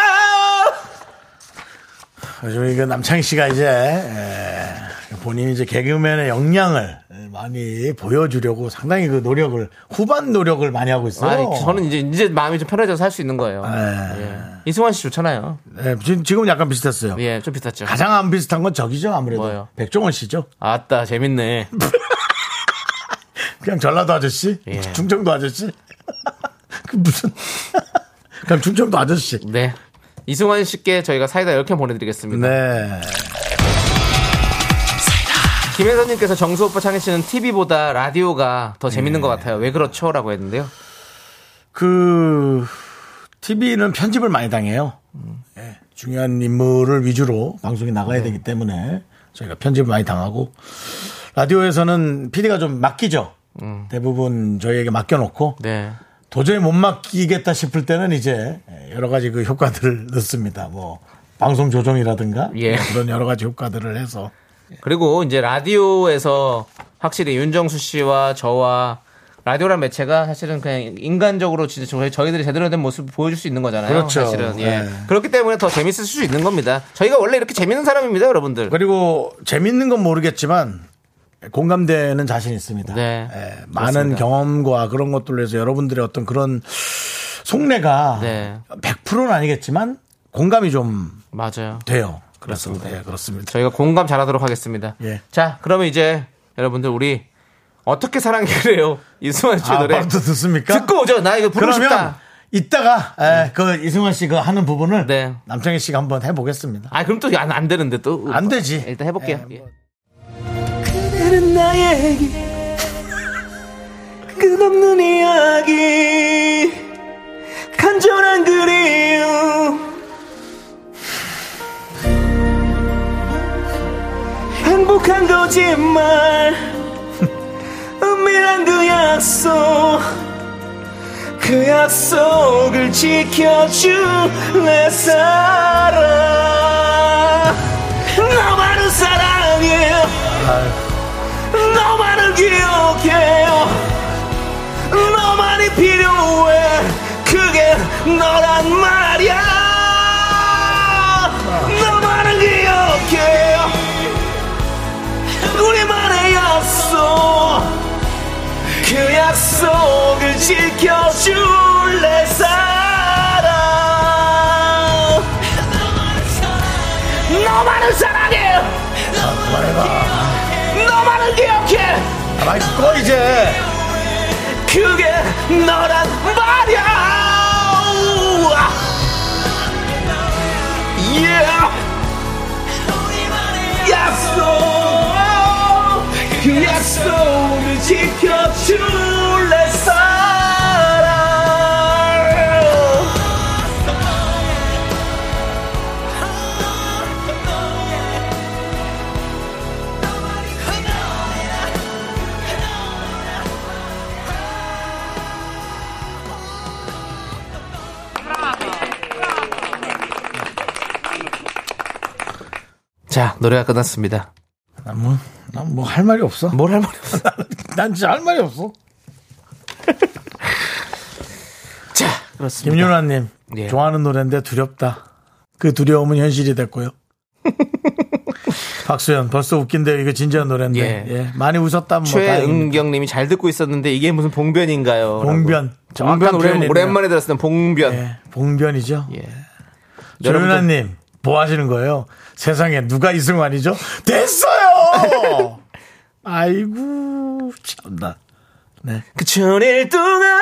요즘 이게 남창희 씨가 이제 에, 본인이 이제 개그맨의 역량을 많이 보여주려고 상당히 그 노력을 후반 노력을 많이 하고 있어요. 아니, 저는 이제 이제 마음이 좀 편해져서 할 수 있는 거예요. 예. 예. 이승환 씨 좋잖아요. 예, 지금 지금 약간 비슷했어요. 예, 좀 비슷하죠. 가장 안 비슷한 건 저기죠 아무래도 뭐예요? 백종원 씨죠. 아따 재밌네. 그냥 전라도 아저씨, 예. 충청도 아저씨. 그 무슨 그냥 충청도 아저씨. 네. 이승환 씨께 저희가 사이다 10개 보내드리겠습니다. 네. 김혜선님께서 정수 오빠 창희 씨는 TV보다 라디오가 더 재밌는 네. 것 같아요. 왜 그렇죠? 라고 했는데요. 그 TV는 편집을 많이 당해요. 예, 중요한 인물을 위주로 방송이 나가야 되기 때문에 저희가 편집을 많이 당하고 라디오에서는 PD가 좀 맡기죠. 대부분 저희에게 맡겨놓고 네. 도저히 못 맡기겠다 싶을 때는 이제 여러 가지 그 효과들을 넣습니다. 뭐 방송 조정이라든가 예. 뭐 그런 여러 가지 효과들을 해서 그리고 이제 라디오에서 확실히 윤정수 씨와 저와 라디오란 매체가 사실은 그냥 인간적으로 진짜 저희- 저희들이 제대로 된 모습을 보여줄 수 있는 거잖아요. 그렇죠. 사실은. 예. 네. 그렇기 때문에 더 재밌을 수 있는 겁니다. 저희가 원래 이렇게 재밌는 사람입니다, 여러분들. 그리고 재밌는 건 모르겠지만 공감되는 자신 있습니다. 네, 예, 그렇습니다. 많은 경험과 그런 것들로 해서 여러분들의 어떤 그런 속내가 네. 100%는 아니겠지만 공감이 좀 맞아요. 돼요. 그렇습니다. 예, 그렇습니다. 저희가 공감 잘하도록 하겠습니다. 예. 자, 그러면 이제 여러분들 우리 어떻게 사랑해 그래요? 이승환 씨의 아, 노래 바로 또 듣습니까? 듣고 오죠. 나 이거 부르고 그러면 싶다. 이따가 예, 그 이승환 씨가 하는 부분을 네. 남창희 씨가 한번 해보겠습니다. 아, 그럼 또 안 되는데 또. 안 되지. 네, 일단 해볼게요. 예. 그대는 나에게 끝없는 이야기 간절한 그리움 행복한 거짓말 은밀한 그 약속 그 약속을 지켜줄 내 사랑 너만을 기억해요 너만이 필요해 그게 너란 말이야 너만을 기억해요 우리만의 약속 그 약속을 지켜줄래 사랑 너만을 사랑해 말해봐. 너만을 기억해 가만히 꺼, 이제. 그게 너란 말이야 yeah. 약속 그 약속을 지켜줄래 사랑 자, 노래가 끝났습니다. 나 뭐, 난 뭐 할 말이 없어. 뭘 할 말이 없어. 난 진짜 할 말이 없어. 자, 뭐, 그렇습니다. 김윤아님, 예. 좋아하는 노래인데 두렵다. 그 두려움은 현실이 됐고요. 박수현, 벌써 웃긴데요. 이거 진지한 노래인데. 예. 예, 많이 웃었다면 뭐 다행입니다. 최은경님이 잘 듣고 있었는데 이게 무슨 봉변인가요? 봉변. 정확한 봉변 오랜, 표현이네요. 오랜만에 들었습니다. 봉변. 예. 예, 봉변이죠. 여러분들 조윤아님, 뭐 하시는 거예요? 세상에 누가 이승환이죠? 됐어요! 아이고, 참나. 그 천일 동안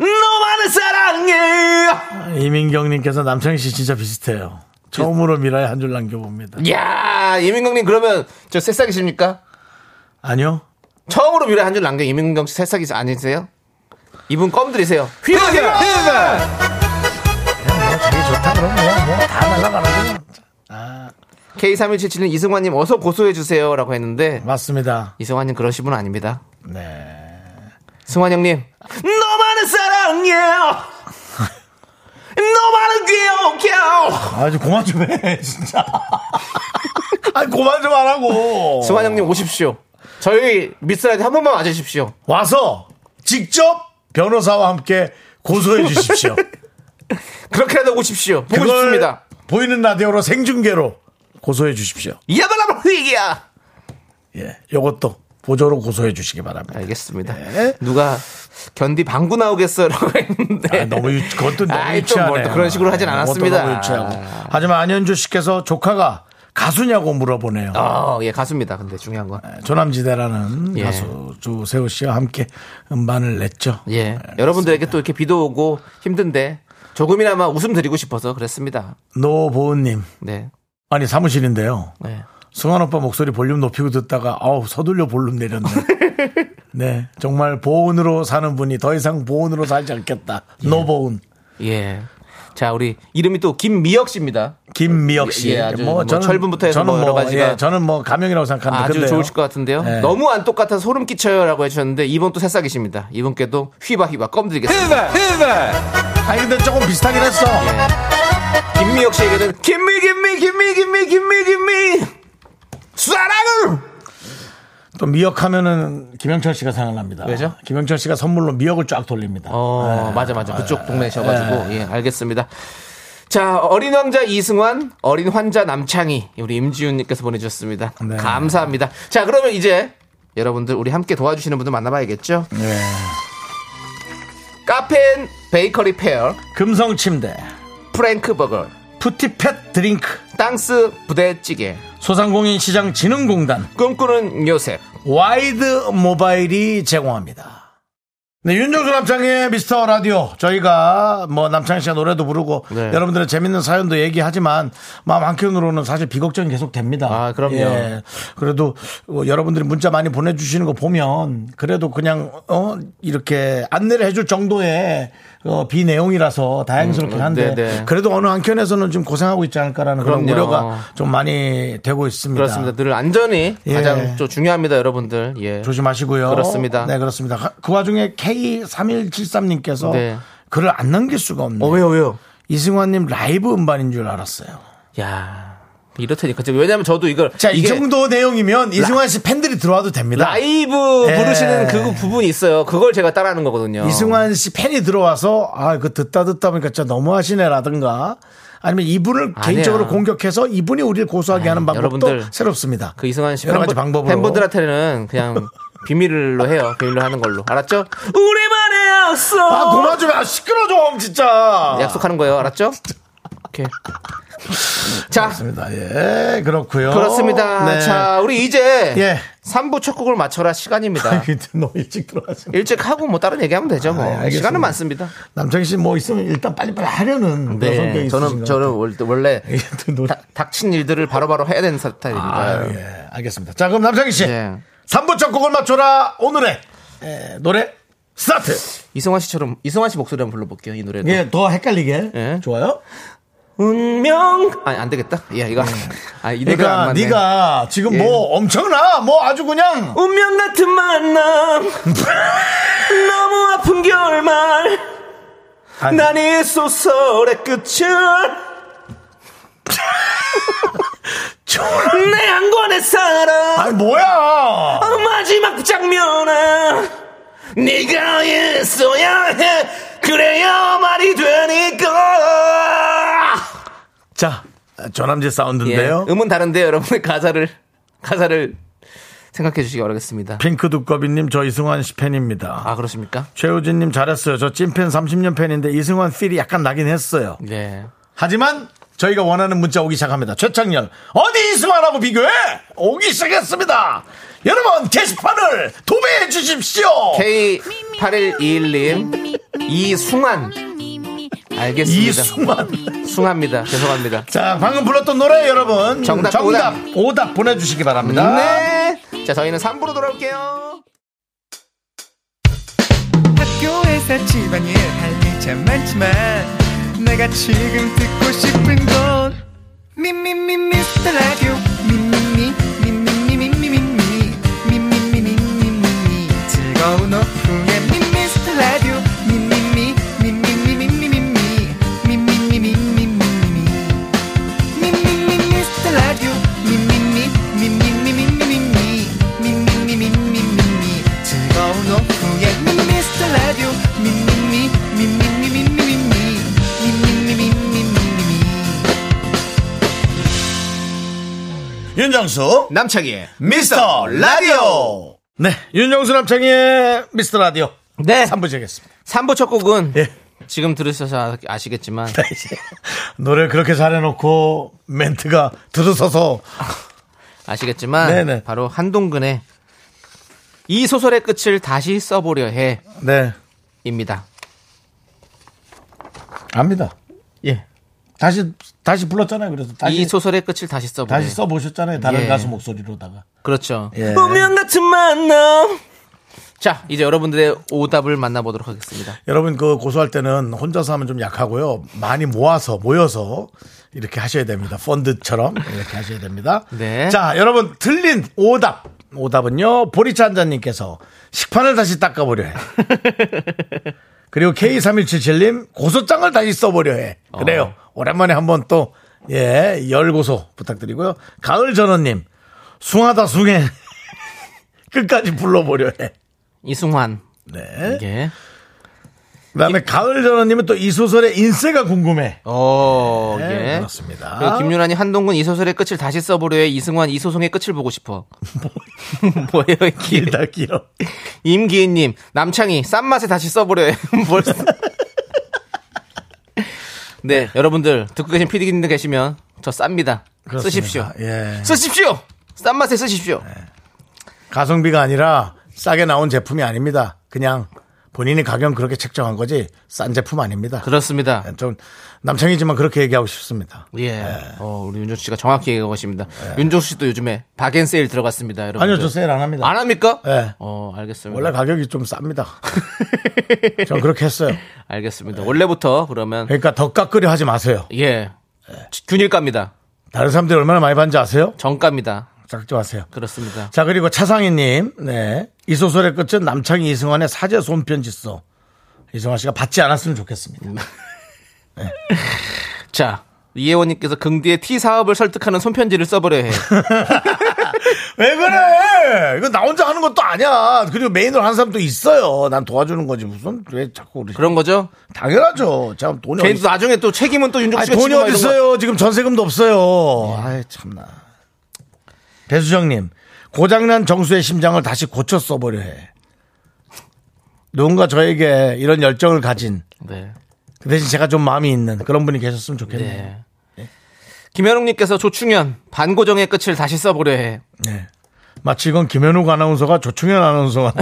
네. 너만을 사랑해 이민경님께서 남창희 씨 진짜 비슷해요. 처음으로 미라에 한 줄 예. 남겨봅니다. 야 이민경님 그러면 저 새싹이십니까? 아니요? 처음으로 미래 한줄 남겨 이민경 씨 새싹이 아니세요? 이분 껌들이세요. 되게 뭐 좋다 그러면 뭐다 날라가는 거 K3177님 이승환님 어서 고소해 주세요라고 했는데 맞습니다. 이승환님 그러신 분 아닙니다. 네. 승환 형님 너만을 사랑해 너만을 기억해 아주 고만 좀 해, 진짜. 아니, 고만 좀 하라고. 승환 형님 오십시오. 저희 미스라이드 한 번만 와주십시오. 와서 직접 변호사와 함께 고소해 주십시오. 그렇게라도 오십시오. 보고 그걸 싶습니다. 보이는 라디오로 생중계로 고소해 주십시오. 야발라발 얘기야. 예. 요것도 보조로 고소해 주시기 바랍니다. 알겠습니다. 네. 누가 견디 방구 나오겠어라고 했는데 아, 너무 유, 그것도 너무 아이, 또 유치하네. 뭘 또 그런 식으로 하진 아, 그것도 않았습니다. 너무 유치하고. 하지만 안현주 씨께서 조카가 가수냐고 물어보네요. 어, 예 가수입니다. 근데 중요한 건 네, 조남지대라는 예. 가수 조세호 씨와 함께 음반을 냈죠. 예. 여러분들에게 또 이렇게 비도 오고 힘든데 조금이나마 웃음 드리고 싶어서 그랬습니다. 노보은님 네. 아니 사무실인데요. 네. 승환 오빠 목소리 볼륨 높이고 듣다가 아우 서둘려 볼륨 내렸네. 네 정말 보온으로 사는 분이 더 이상 보온으로 살지 않겠다. 노보온 예. 자, 우리 이름이 또 김미혁 씨입니다. 김미혁 씨. 예, 아주 뭐 철분부터 해서 저는 뭐 여러 가지가 예, 저는 뭐 감명이라고 생각하는데 아주 근데요. 좋으실 것 같은데요. 예. 너무 안 똑같아서 소름 끼쳐요라고 해주셨는데 이번 또 새싹이십니다. 이번께도 휘바휘바 껌 드리겠습니다. 아니 근데 조금 비슷하긴 했어. 예. 김미혁 씨에게는 김미 김미 김미 김미 김미 김미 사랑을 또 미역하면은 김영철 씨가 생각납니다. 왜죠? 김영철 씨가 선물로 미역을 쫙 돌립니다. 어, 맞아, 맞아. 그쪽 동네셔가지고. 예, 알겠습니다. 자, 어린 왕자 이승환, 어린 환자 남창희, 우리 임지훈님께서 보내주셨습니다. 네. 감사합니다. 자, 그러면 이제 여러분들 우리 함께 도와주시는 분들 만나봐야겠죠? 네. 카페인 베이커리 페어, 금성 침대, 프랭크 버거, 푸티팻 드링크, 땅스 부대찌개, 소상공인 시장 진흥공단. 꿈꾸는 요셉. 와이드 모바일이 제공합니다. 네, 윤정수 남창의 미스터 라디오. 저희가 뭐 남창 씨가 노래도 부르고 네. 여러분들의 재밌는 사연도 얘기하지만 마음 한켠으로는 사실 비걱정이 계속 됩니다. 예. 아, 그럼요. 그래도 어, 여러분들이 문자 많이 보내주시는 거 보면 그래도 그냥 어, 이렇게 안내를 해줄 정도의 어, 비내용이라서 다행스럽긴 음, 한데 네, 네. 그래도 어느 한켠에서는 좀 고생하고 있지 않을까라는 그런 그럼요. 우려가 좀 많이 되고 있습니다. 그렇습니다. 늘 안전이 예. 가장 또 중요합니다, 여러분들. 예. 네. 조심하시고요. 그렇습니다. 네, 그렇습니다. 하- 그 와중에 K3173님께서 네. 글을 안 남길 수가 없네요. 어, 왜요, 왜요? 이승환님 라이브 음반인 줄 알았어요. 야뭐 이렇다니까. 지금 왜냐면 저도 이걸. 자, 이 이게 정도 내용이면 이승환 씨 팬들이 들어와도 됩니다. 라이브 예. 부르시는 그 부분이 있어요. 그걸 제가 따라하는 거거든요. 이승환 씨 팬이 들어와서 아 그 듣다 듣다 보니까 진짜 너무하시네라든가 아니면 이분을 아니야. 개인적으로 공격해서 이분이 우리를 고소하게 아이, 하는 방법도 여러분들, 새롭습니다. 그 이승환 씨 여러 가지 팬분- 방법으로 팬분들한테는 그냥 비밀로 해요. 비밀로 하는 걸로. 알았죠? 우리만의 약속 아 그만 좀 해. 아, 시끄러 좀 진짜. 약속하는 거예요. 알았죠? 오케이. 자, 그렇습니다. 예 그렇고요. 그렇습니다. 네. 자, 우리 이제 예. 3부 첫 곡을 맞춰라 시간입니다. 근데 너무 일찍 들어가서 일찍 하고 뭐 다른 얘기하면 되죠. 뭐 아, 예, 알겠습니다. 시간은 많습니다. 남창희 씨 뭐 있으면 일단 빨리빨리 하려는 그런 성격이 있으신 네, 저는 것 저는 같아요. 원- 원래 이게 또 노래- 다- 닥친 일들을 바로바로 해야 되는 스타일입니다. 아, 예, 알겠습니다. 자, 그럼 남창희 씨. 예. 3부 첫 곡을 맞춰라. 오늘의 예, 노래 스타트. 이승환 씨처럼 이승환 씨 목소리 한번 불러볼게요. 이 노래도. 예, 더 헷갈리게. 예. 좋아요. 운명. 아니 안 되겠다. 예 이거. 네. 아이 노래가 안 그러니까 맞네. 네가 지금 예. 뭐 엄청나. 뭐 아주 그냥 운명 같은 만남 너무 아픈 결말 아니. 난 이 소설의 끝을 내 한권의 사랑 아니 뭐야. 마지막 장면아 네가 있어야 해 그래야 말이 되니까 자, 조남재 예, 아, 사운드인데요. 음은 다른데 여러분의 가사를 가사를 생각해 주시기 바라겠습니다. 핑크 두꺼비님 저 이승환 씨 팬입니다. 아 그렇습니까? 최우진님 잘했어요. 저 찐팬 30년 팬인데 이승환 필이 약간 나긴 했어요. 네. 하지만 저희가 원하는 문자 오기 시작합니다. 최창렬 어디 이승환하고 비교해 오기 시작했습니다. 여러분 게시판을 도배해 주십시오. K8121님 이승환 알겠습니다. 이승환. 숭합니다. 죄송합니다. 자 방금 불렀던 노래 여러분 정답, 정답 오답, 보내주시기 바랍니다. 네. 자 저희는 3부로 돌아올게요. 학교에서 집안일 할 일 참 많지만 내가 지금 듣고 싶은 건 미미미 미스터 라디오 미미미 미미미 미미미 미미미 미미미 즐거운 오후에 미스터 라디오 미미미 미미미 미미미 미미미 미미미 윤정수 남창희의 미스터 라디오 네 윤정수 남창의 미스터 라디오 네. 3부 시작했습니다. 3부 첫 곡은 예. 지금 들으셔서 아시겠지만 노래 그렇게 잘해놓고 멘트가 들어서서 아시겠지만 네네. 바로 한동근의 이 소설의 끝을 다시 써보려 해입니다. 네 압니다. 예. 다시 다시 불렀잖아요. 그래서 다시 이 소설의 끝을 다시 써보려 해. 다시 써보셨잖아요. 다른 예. 가수 목소리로다가. 그렇죠. 예. 운명 같은 만남. 자, 이제 여러분들의 오답을 만나보도록 하겠습니다. 여러분 그 고소할 때는 혼자서 하면 좀 약하고요. 많이 모아서 모여서 이렇게 하셔야 됩니다. 펀드처럼 이렇게 하셔야 됩니다. 네. 자, 여러분 틀린 오답. 오답은요. 보리차 한자님께서 식판을 다시 닦아보려 해. 그리고 K3177님 고소장을 다시 써보려 해. 그래요. 어. 오랜만에 한번 또 예, 열고소 부탁드리고요. 가을 전원님 숭하다 숭해 끝까지 불러보려 해. 이승환. 네. 예. 그다음에 가을 전원님은 또 이 소설의 인쇄가 궁금해. 어, 네, 예. 그렇습니다. 그리고 김윤환이 한동근 이 소설의 끝을 다시 써보려 해. 이승환 이 소송의 끝을 보고 싶어. 뭐예요, 이게? 길다 길어. 임기인님, 남창희, 싼 맛에 다시 써보려 해. 뭘 써- 네, 여러분들, 듣고 계신 피디님들 계시면 저 쌉니다. 그렇습니다. 쓰십시오. 예. 네. 쓰십시오! 싼 맛에 쓰십시오. 가성비가 아니라 싸게 나온 제품이 아닙니다. 그냥 본인이 가격 그렇게 책정한 거지 싼 제품 아닙니다. 예, 그렇습니다. 좀 남창이지만 그렇게 얘기하고 싶습니다. 예. 네. 어, 우리 윤종수 씨가 정확히 얘기하고 계십니다. 윤종수 씨도 요즘에 박앤 세일 들어갔습니다, 여러분. 아니요, 저 세일 안 합니다. 안 합니까? 예. 어, 알겠습니다. 원래 가격이 좀 쌉니다. 전 그렇게 했어요. 네. 알겠습니다. 원래부터 그러면 그러니까 더 깎으려 하지 마세요. 예. 네. 균일가입니다. 다른 사람들이 얼마나 많이 받는지 아세요? 정가입니다. 깎지 마세요. 그렇습니다. 자 그리고 차상희님, 네. 이 소설의 끝은 남창희 이승환의 사제 손편지 써. 이승환 씨가 받지 않았으면 좋겠습니다. 자, 이혜원님께서 긍디의 티 사업을 설득하는 손편지를 써보려 해. 왜 그래? 이거 나 혼자 하는 것도 아니야. 그리고 메인으로 하는 사람도 있어요. 난 도와주는 거지. 무슨, 왜 자꾸 우리. 그런 거죠? 당연하죠. 참, 돈이 괜히 어디 또 나중에 또 책임은 또 윤종 어, 아니, 씨가 돈이 지고 막 어디 이런 거. 있어요? 지금 전세금도 없어요. 아이 참나. 배수정님 고장난 정수의 심장을 다시 고쳐 써보려 해. 누군가 저에게 이런 열정을 가진 네. 그 대신 제가 좀 마음이 있는 그런 분이 계셨으면 좋겠네요. 네. 김현웅님께서 조충현 반고정의 끝을 다시 써보려 해. 네. 마치 이건 김현욱 아나운서가 조충현 아나운서가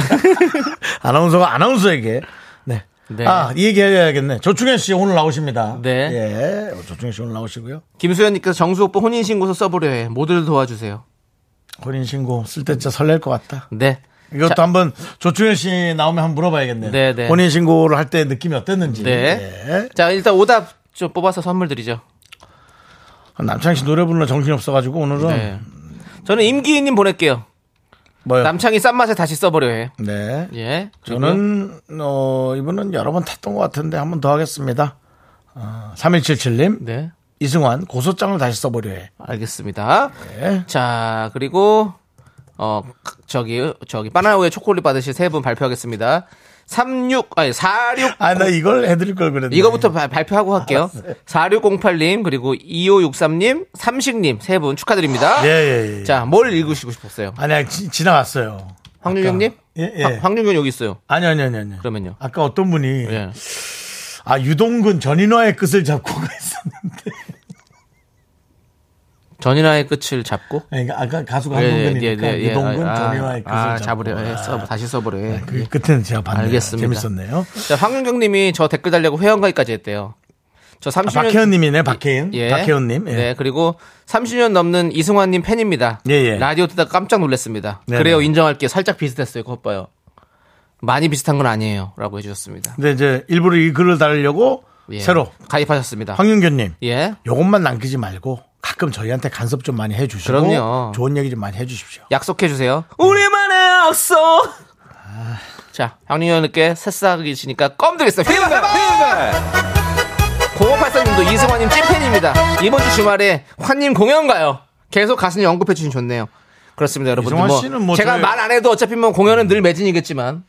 아나운서가 아나운서에게 네. 네. 아, 이 얘기 해야겠네. 조충현 씨 오늘 나오십니다. 네. 예. 조충현 씨 오늘 나오시고요. 김수현님께서 정수 오빠 혼인신고서 써보려 해. 모두를 도와주세요. 혼인신고 쓸 때 진짜 설렐 것 같다. 네. 이것도 자, 한번 조충현 씨 나오면 한번 물어봐야겠네요. 네, 네. 본인 신고를 할 때 느낌이 어땠는지. 네. 자, 일단 오답 좀 뽑아서 선물 드리죠. 예. 남창 씨 노래 부르는 정신 이 없어가지고 오늘은 네. 음. 저는 임기희님 보낼게요. 뭐요? 남창이 싼 맛에 다시 써보려 해. 네. 예. 저는 어 이분은 여러 번 탔던 것 같은데 한번 더 하겠습니다. 어, 3177님 네. 이승환 고소장을 다시 써보려 해. 알겠습니다. 네. 자, 그리고 어 저기 저기 바나나 우유 초콜릿 받으실 세 분 발표하겠습니다. 36 아니 46 아 나 이걸 해드릴 걸 그랬네. 어. 이거부터 바- 발표하고 할게요. 4608님 그리고 2563님, 삼식님 세 분 축하드립니다. 예예 예. 자, 뭘 읽으시고 싶었어요? 아니야 지, 지나갔어요. 황윤경님? 예 예. 황- 황윤경 여기 있어요. 아니 아니 아니 아니. 그러면요. 아까 어떤 분이 예. 아 유동근 전인화의 끝을 잡고 갔었는데. 전인아의 끝을 잡고 예, 아니, 그러니까 아까 가수가 한동근이니까 유동근 아, 전인화의 아, 끝을 아, 잡고. 잡으려 해. 써 다시 써보려 해. 그 끝에는 제가 봤네요. 알겠습니다. 재밌었네요. 아, 자, 황윤경 님이 저 댓글 달려고 회원가입까지 했대요. 저 아, 30년 박혜원님이네, 박혜인. 박혜원님. 예. 네, 그리고 30년 넘는 이승환 님 팬입니다. 예, 예. 라디오 듣다가 깜짝 놀랐습니다. 네, 그래요. 네. 인정할게요. 살짝 비슷했어요. 그것 봐요. 많이 비슷한 건 아니에요. 라고 해 주셨습니다. 근데 이제 일부러 이 글을 달려고 예. 새로 가입하셨습니다. 황윤규님 예. 요것만 남기지 말고 가끔 저희한테 간섭 좀 많이 해주시고 그럼요. 좋은 얘기 좀 많이 해주십시오. 약속해 주세요. 우리만의 약속. 자, 향리님께 새싹이시니까 껌 드리겠습니다. 휘발 휘발. 0584님도 이승환님 찐팬입니다. 이번 주 주말에 환님 공연 가요. 계속 가수님 언급해 주신 좋네요. 그렇습니다, 여러분들. 이승환 씨는 뭐 제가 저희- 말 안 해도 어차피 뭐 공연은 늘 매진이겠지만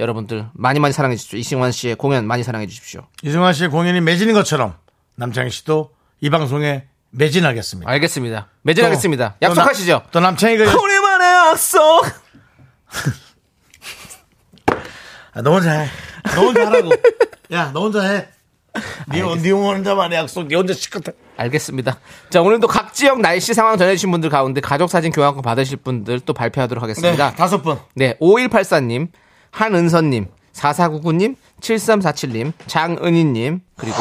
여러분들 많이 많이 사랑해 주십시오. 이승환 씨의 공연 많이 사랑해 주십시오. 이승환 씨의 공연이 매진인 것처럼 남창희 씨도 이 방송에 매진하겠습니다. 알겠습니다. 아, 또- 매진하겠습니다. 또 약속하시죠. 남- 또 남창희가 그- 우리만의 약속. 아, 너 혼자 해. 너 혼자 하라고. 야, 너 혼자 해. 니, 니 혼자만의 약속, 니네 혼자 시끄럽다. 알겠습니다. 자, 오늘도 각 지역 날씨 상황 전해주신 분들 가운데 가족사진 교환권 받으실 분들 또 발표하도록 하겠습니다. 네, 다섯 분. 5184님, 한은선님, 4499님, 7347님, 장은희님, 그리고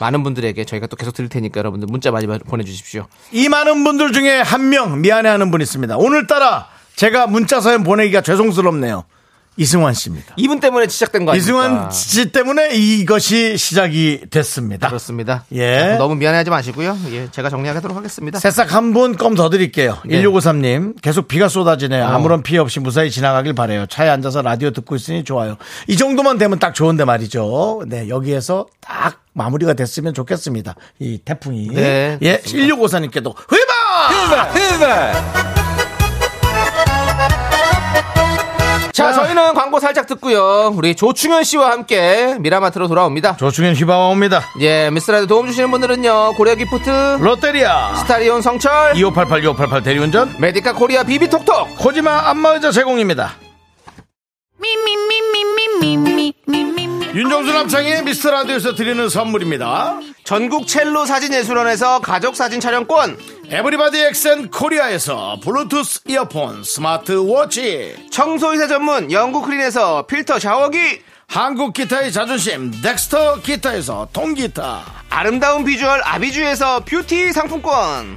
많은 분들에게 저희가 또 계속 드릴 테니까 여러분들 문자 많이 마- 보내주십시오. 이 많은 분들 중에 한 명 미안해하는 분 있습니다. 오늘따라 제가 문자 사연 보내기가 죄송스럽네요. 이승환 씨입니다. 이분 때문에 시작된 거 아닙니까? 이승환 씨 때문에 이것이 시작이 됐습니다. 그렇습니다. 예. 자, 너무 미안해하지 마시고요. 예, 제가 정리하도록 하겠습니다. 새싹 한 분 껌 더 드릴게요. 1653님 계속 비가 쏟아지네요. 아무런 피해 없이 무사히 지나가길 바래요. 차에 앉아서 라디오 듣고 있으니 좋아요. 이 정도만 되면 딱 좋은데 말이죠. 네 여기에서 딱 마무리가 됐으면 좋겠습니다. 이 태풍이 네, 예 1654님께도 휘바 자, 저희는 광고 살짝 듣고요. 우리 조충현 씨와 함께 미라마트로 돌아옵니다. 조충현 휘바와 옵니다. 예, 미스라드 도움 주시는 분들은요. 고려 기프트, 롯데리아 스타리온 성철 2588 2588 대리운전 메디카 코리아 비비톡톡 코지마 안마의자 제공입니다. 윤정수 남창의 미스터 라디오에서 드리는 선물입니다. 전국 첼로 사진예술원에서 가족사진 촬영권 에브리바디 엑센 코리아에서 블루투스 이어폰, 스마트 워치, 청소이사 전문 영국크린에서 필터 샤워기 한국 기타의 자존심, 덱스터 기타에서 통기타, 아름다운 비주얼 아비주에서 뷰티 상품권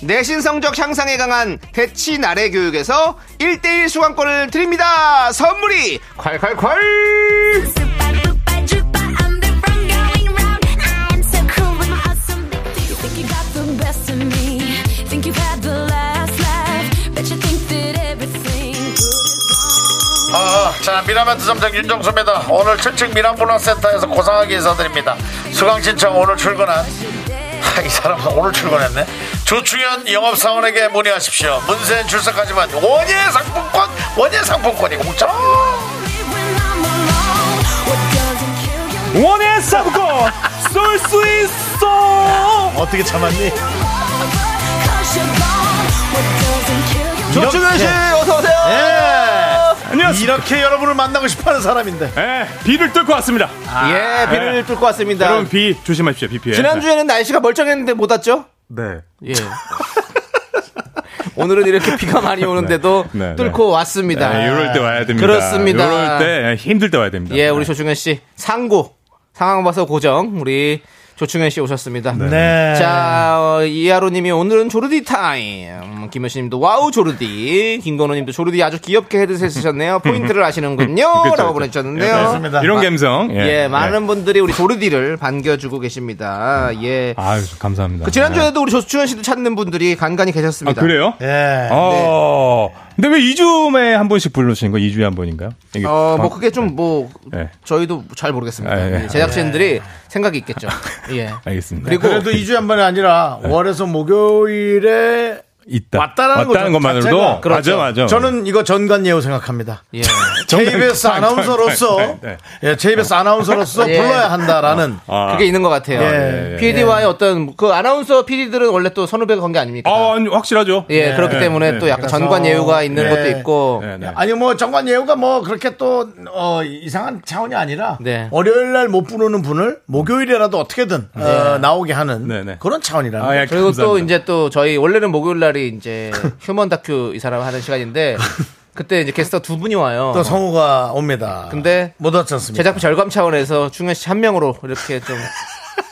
내신 성적 향상에 강한 대치 나래 교육에서 1대1 수강권을 드립니다. 선물이 콸콸콸! 아, 자, 미라마트 점장 윤정수입니다. 오늘 출첵 미라문화센터에서 고상하게 인사드립니다. 수강 신청 오늘 출근한 하, 이 사람 오늘 출근했네. 조충현 영업사원에게 문의하십시오. 문세는 출석하지만 원예 상품권, 원예 상품권이 공짜. 원의 사고 쏠수 있어 어떻게 참았니? 조충현 씨, 어서오세요! 예. 안녕하세요. 이렇게 여러분을 만나고 싶어 하는 사람인데. 예, 비를 뚫고 왔습니다. 예, 비를 뚫고 왔습니다. 여러분 비 조심하십시오. 비 피해. 지난주에는 날씨가 멀쩡했는데 못 왔죠? 네. 예. 오늘은 이렇게 비가 많이 오는데도 네, 네. 뚫고 왔습니다. 네, 이럴 때 와야 됩니다. 그렇습니다. 이럴 때 힘들 때 와야 됩니다. 예, 우리 조충현 씨 상고 상황 봐서 고정 우리 조충현 씨 오셨습니다. 네. 자 어, 이하로님이 오늘은 조르디 타임. 김효신님도 와우 조르디. 김건호님도 조르디 아주 귀엽게 헤드셋 쓰셨네요. 포인트를 그쵸, 아시는군요.라고 그쵸. 보내주셨는데요. 그렇습니다. 이런 감성. 예, 예, 예. 많은 분들이 우리 조르디를 반겨주고 계십니다. 예. 아유, 감사합니다. 그 지난주에도 우리 조충현 씨도 찾는 분들이 간간히 아, 계셨습니다. 네. 그래요? 예. 어. 근데 왜 2주 만에 한 번씩 불러주시는 거? 2주에 한 번인가요? 이게 어, 뭐 방- 그게 좀 뭐 예. 저희도 잘 모르겠습니다. 아, 예. 예, 제작진들이 생각이 있겠죠. 예. 알겠습니다. 그리고 그래도 2주에 한 번이 아니라 월에서 목요일에 네. 있다. 왔다라는 거죠, 자체가. 것만으로도 그렇죠. 맞아 맞아. 저는 이거 전관예우 생각합니다. 예. JBS 아나운서로서 그 네, 네, 예, JBS 아나운서로서 예. 불러야 한다라는 아. 그게 있는 것 같아요. 예, PD와의 어떤 그 아나운서 PD들은 원래 또 선후배가 관계 아닙니까? 아, 아니, 확실하죠. 예, 그렇기 네, 때문에 네. 또 약간 전관 예우가 있는 예. 것도 있고 네, 네. 아니 뭐 정관 예우가 뭐 그렇게 또 어, 이상한 차원이 아니라 네. 월요일 날 못 부르는 분을 목요일에라도 어떻게든 어, 나오게 하는 네, 네. 그런 차원이라는 아, 거죠. 예, 그리고 또 감사합니다. 이제 또 저희 원래는 목요일 날이 이제 휴먼 다큐 이 사람 하는 시간인데 그때 이제 게스트 두 분이 와요. 또 성우가 옵니다. 근데 못 왔지 않습니까? 제작비 절감 차원에서 충현 씨 한 명으로 이렇게 좀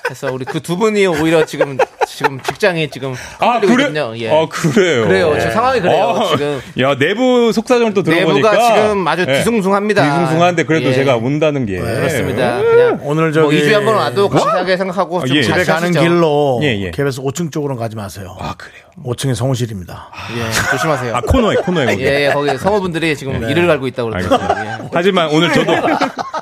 해서 우리 그 두 분이 오히려 지금 지금 직장이 지금 아, 흔들리고 그래? 있거든요. 예. 아, 그래요. 그래요. 지금 상황이 그래요. 어, 지금 야, 내부 속사정을 또 들어보니까 내부가 지금 아주 뒤숭숭합니다. 예, 뒤숭숭한데 그래도 예. 제가 예. 온다는 게 그렇습니다. 그냥 네. 오늘 뭐 저기 2주에 한 번 와도 감사하게 생각하고 좀 아, 예. 잘 집에 가는 사시죠. 길로 예, 예. KBS 5층 쪽으로는 가지 마세요. 아 그래요. 5층에 성우실입니다. 예, 조심하세요. 아, 네. 코너에 코너에 거기. 예, 예, 거기 성우분들이 지금 일을 갈고 있다고 그러더라고요. 예. 하지만 오늘 저도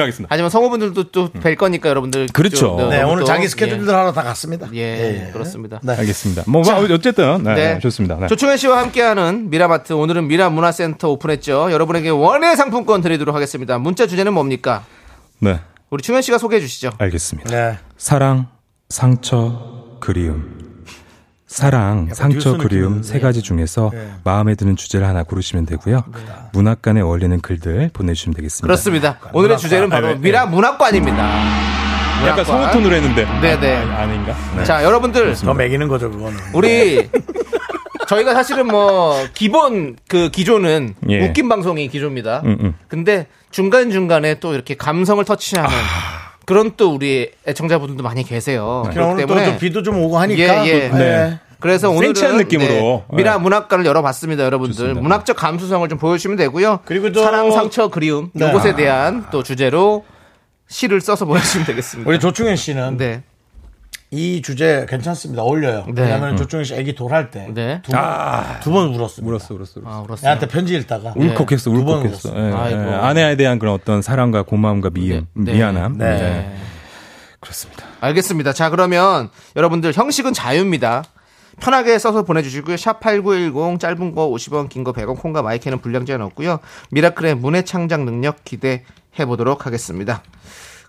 열심히 하겠습니다. 하지만 성우분들도 또 뵐 거니까 여러분들 음. 그렇죠. 좀 너무 네 오늘 또, 자기 스케줄들 하러 다 갔습니다. 예, 예, 그렇습니다. 네. 알겠습니다. 뭐, 뭐 어쨌든 네, 네, 좋습니다. 네. 조충현 씨와 함께하는 미라마트 오늘은 미라문화센터 오픈했죠. 여러분에게 원예 상품권 드리도록 하겠습니다. 문자 주제는 뭡니까? 네, 우리 충현 씨가 소개해 주시죠. 알겠습니다. 네. 사랑, 상처, 그리움. 사랑, 상처, 그리움 세 가지 중에서 마음에 드는 주제를 하나 고르시면 되고요. 문학관에 어울리는 글들 보내주시면 되겠습니다. 그렇습니다. 오늘의 주제는 바로 네, 네. 미라 문학관입니다. 약간 문학관. 소모톤으로 했는데. 네네. 아, 닌가 자, 여러분들 더 매기는 거죠 그거는. 네. 우리 저희가 사실은 뭐 기본 그 기조는 예. 웃긴 방송이 기조입니다. 음, 음. 근데 중간 중간에 또 이렇게 감성을 터치하는 아. 그런 또 우리 애청자분들도 많이 계세요. 그럼 그러니까 그렇기 오늘 또좀 때문에 비도 좀 오고 하니까. 예, 예. 또- 네. 그래서 오늘은 센치한 느낌으로. 네, 미라 네. 문학관을 열어봤습니다, 여러분들. 문학적 감수성을 좀 보여주시면 되고요. 그리고 또- 사랑, 상처, 그리움 네. 이것에 대한 또 주제로 시를 써서 보여주시면 되겠습니다. 우리 조충현 씨는 네, 이 주제 괜찮습니다. 어울려요. 네. 왜냐하면 조충현 씨 애기 돌할 때 두 네. 번 울었습니다. 아. 울었어, 울었어, 울었어. 아, 울었어요. 나한테 편지 읽다가 아, 울컥했어, 두 번은 울컥했어. 예, 예. 아이고. 아내에 대한 그런 어떤 사랑과 고마움과 미움, 네, 네. 미안함. 네. 그렇습니다. 알겠습니다. 자, 그러면 여러분들 형식은 자유입니다. 편하게 써서 보내주시고요. 샵8910 짧은 거 50원, 긴 거 100원, 콩과 마이크는 불량 제한 없고요. 미라클의 문의 창작 능력 기대해 보도록 하겠습니다.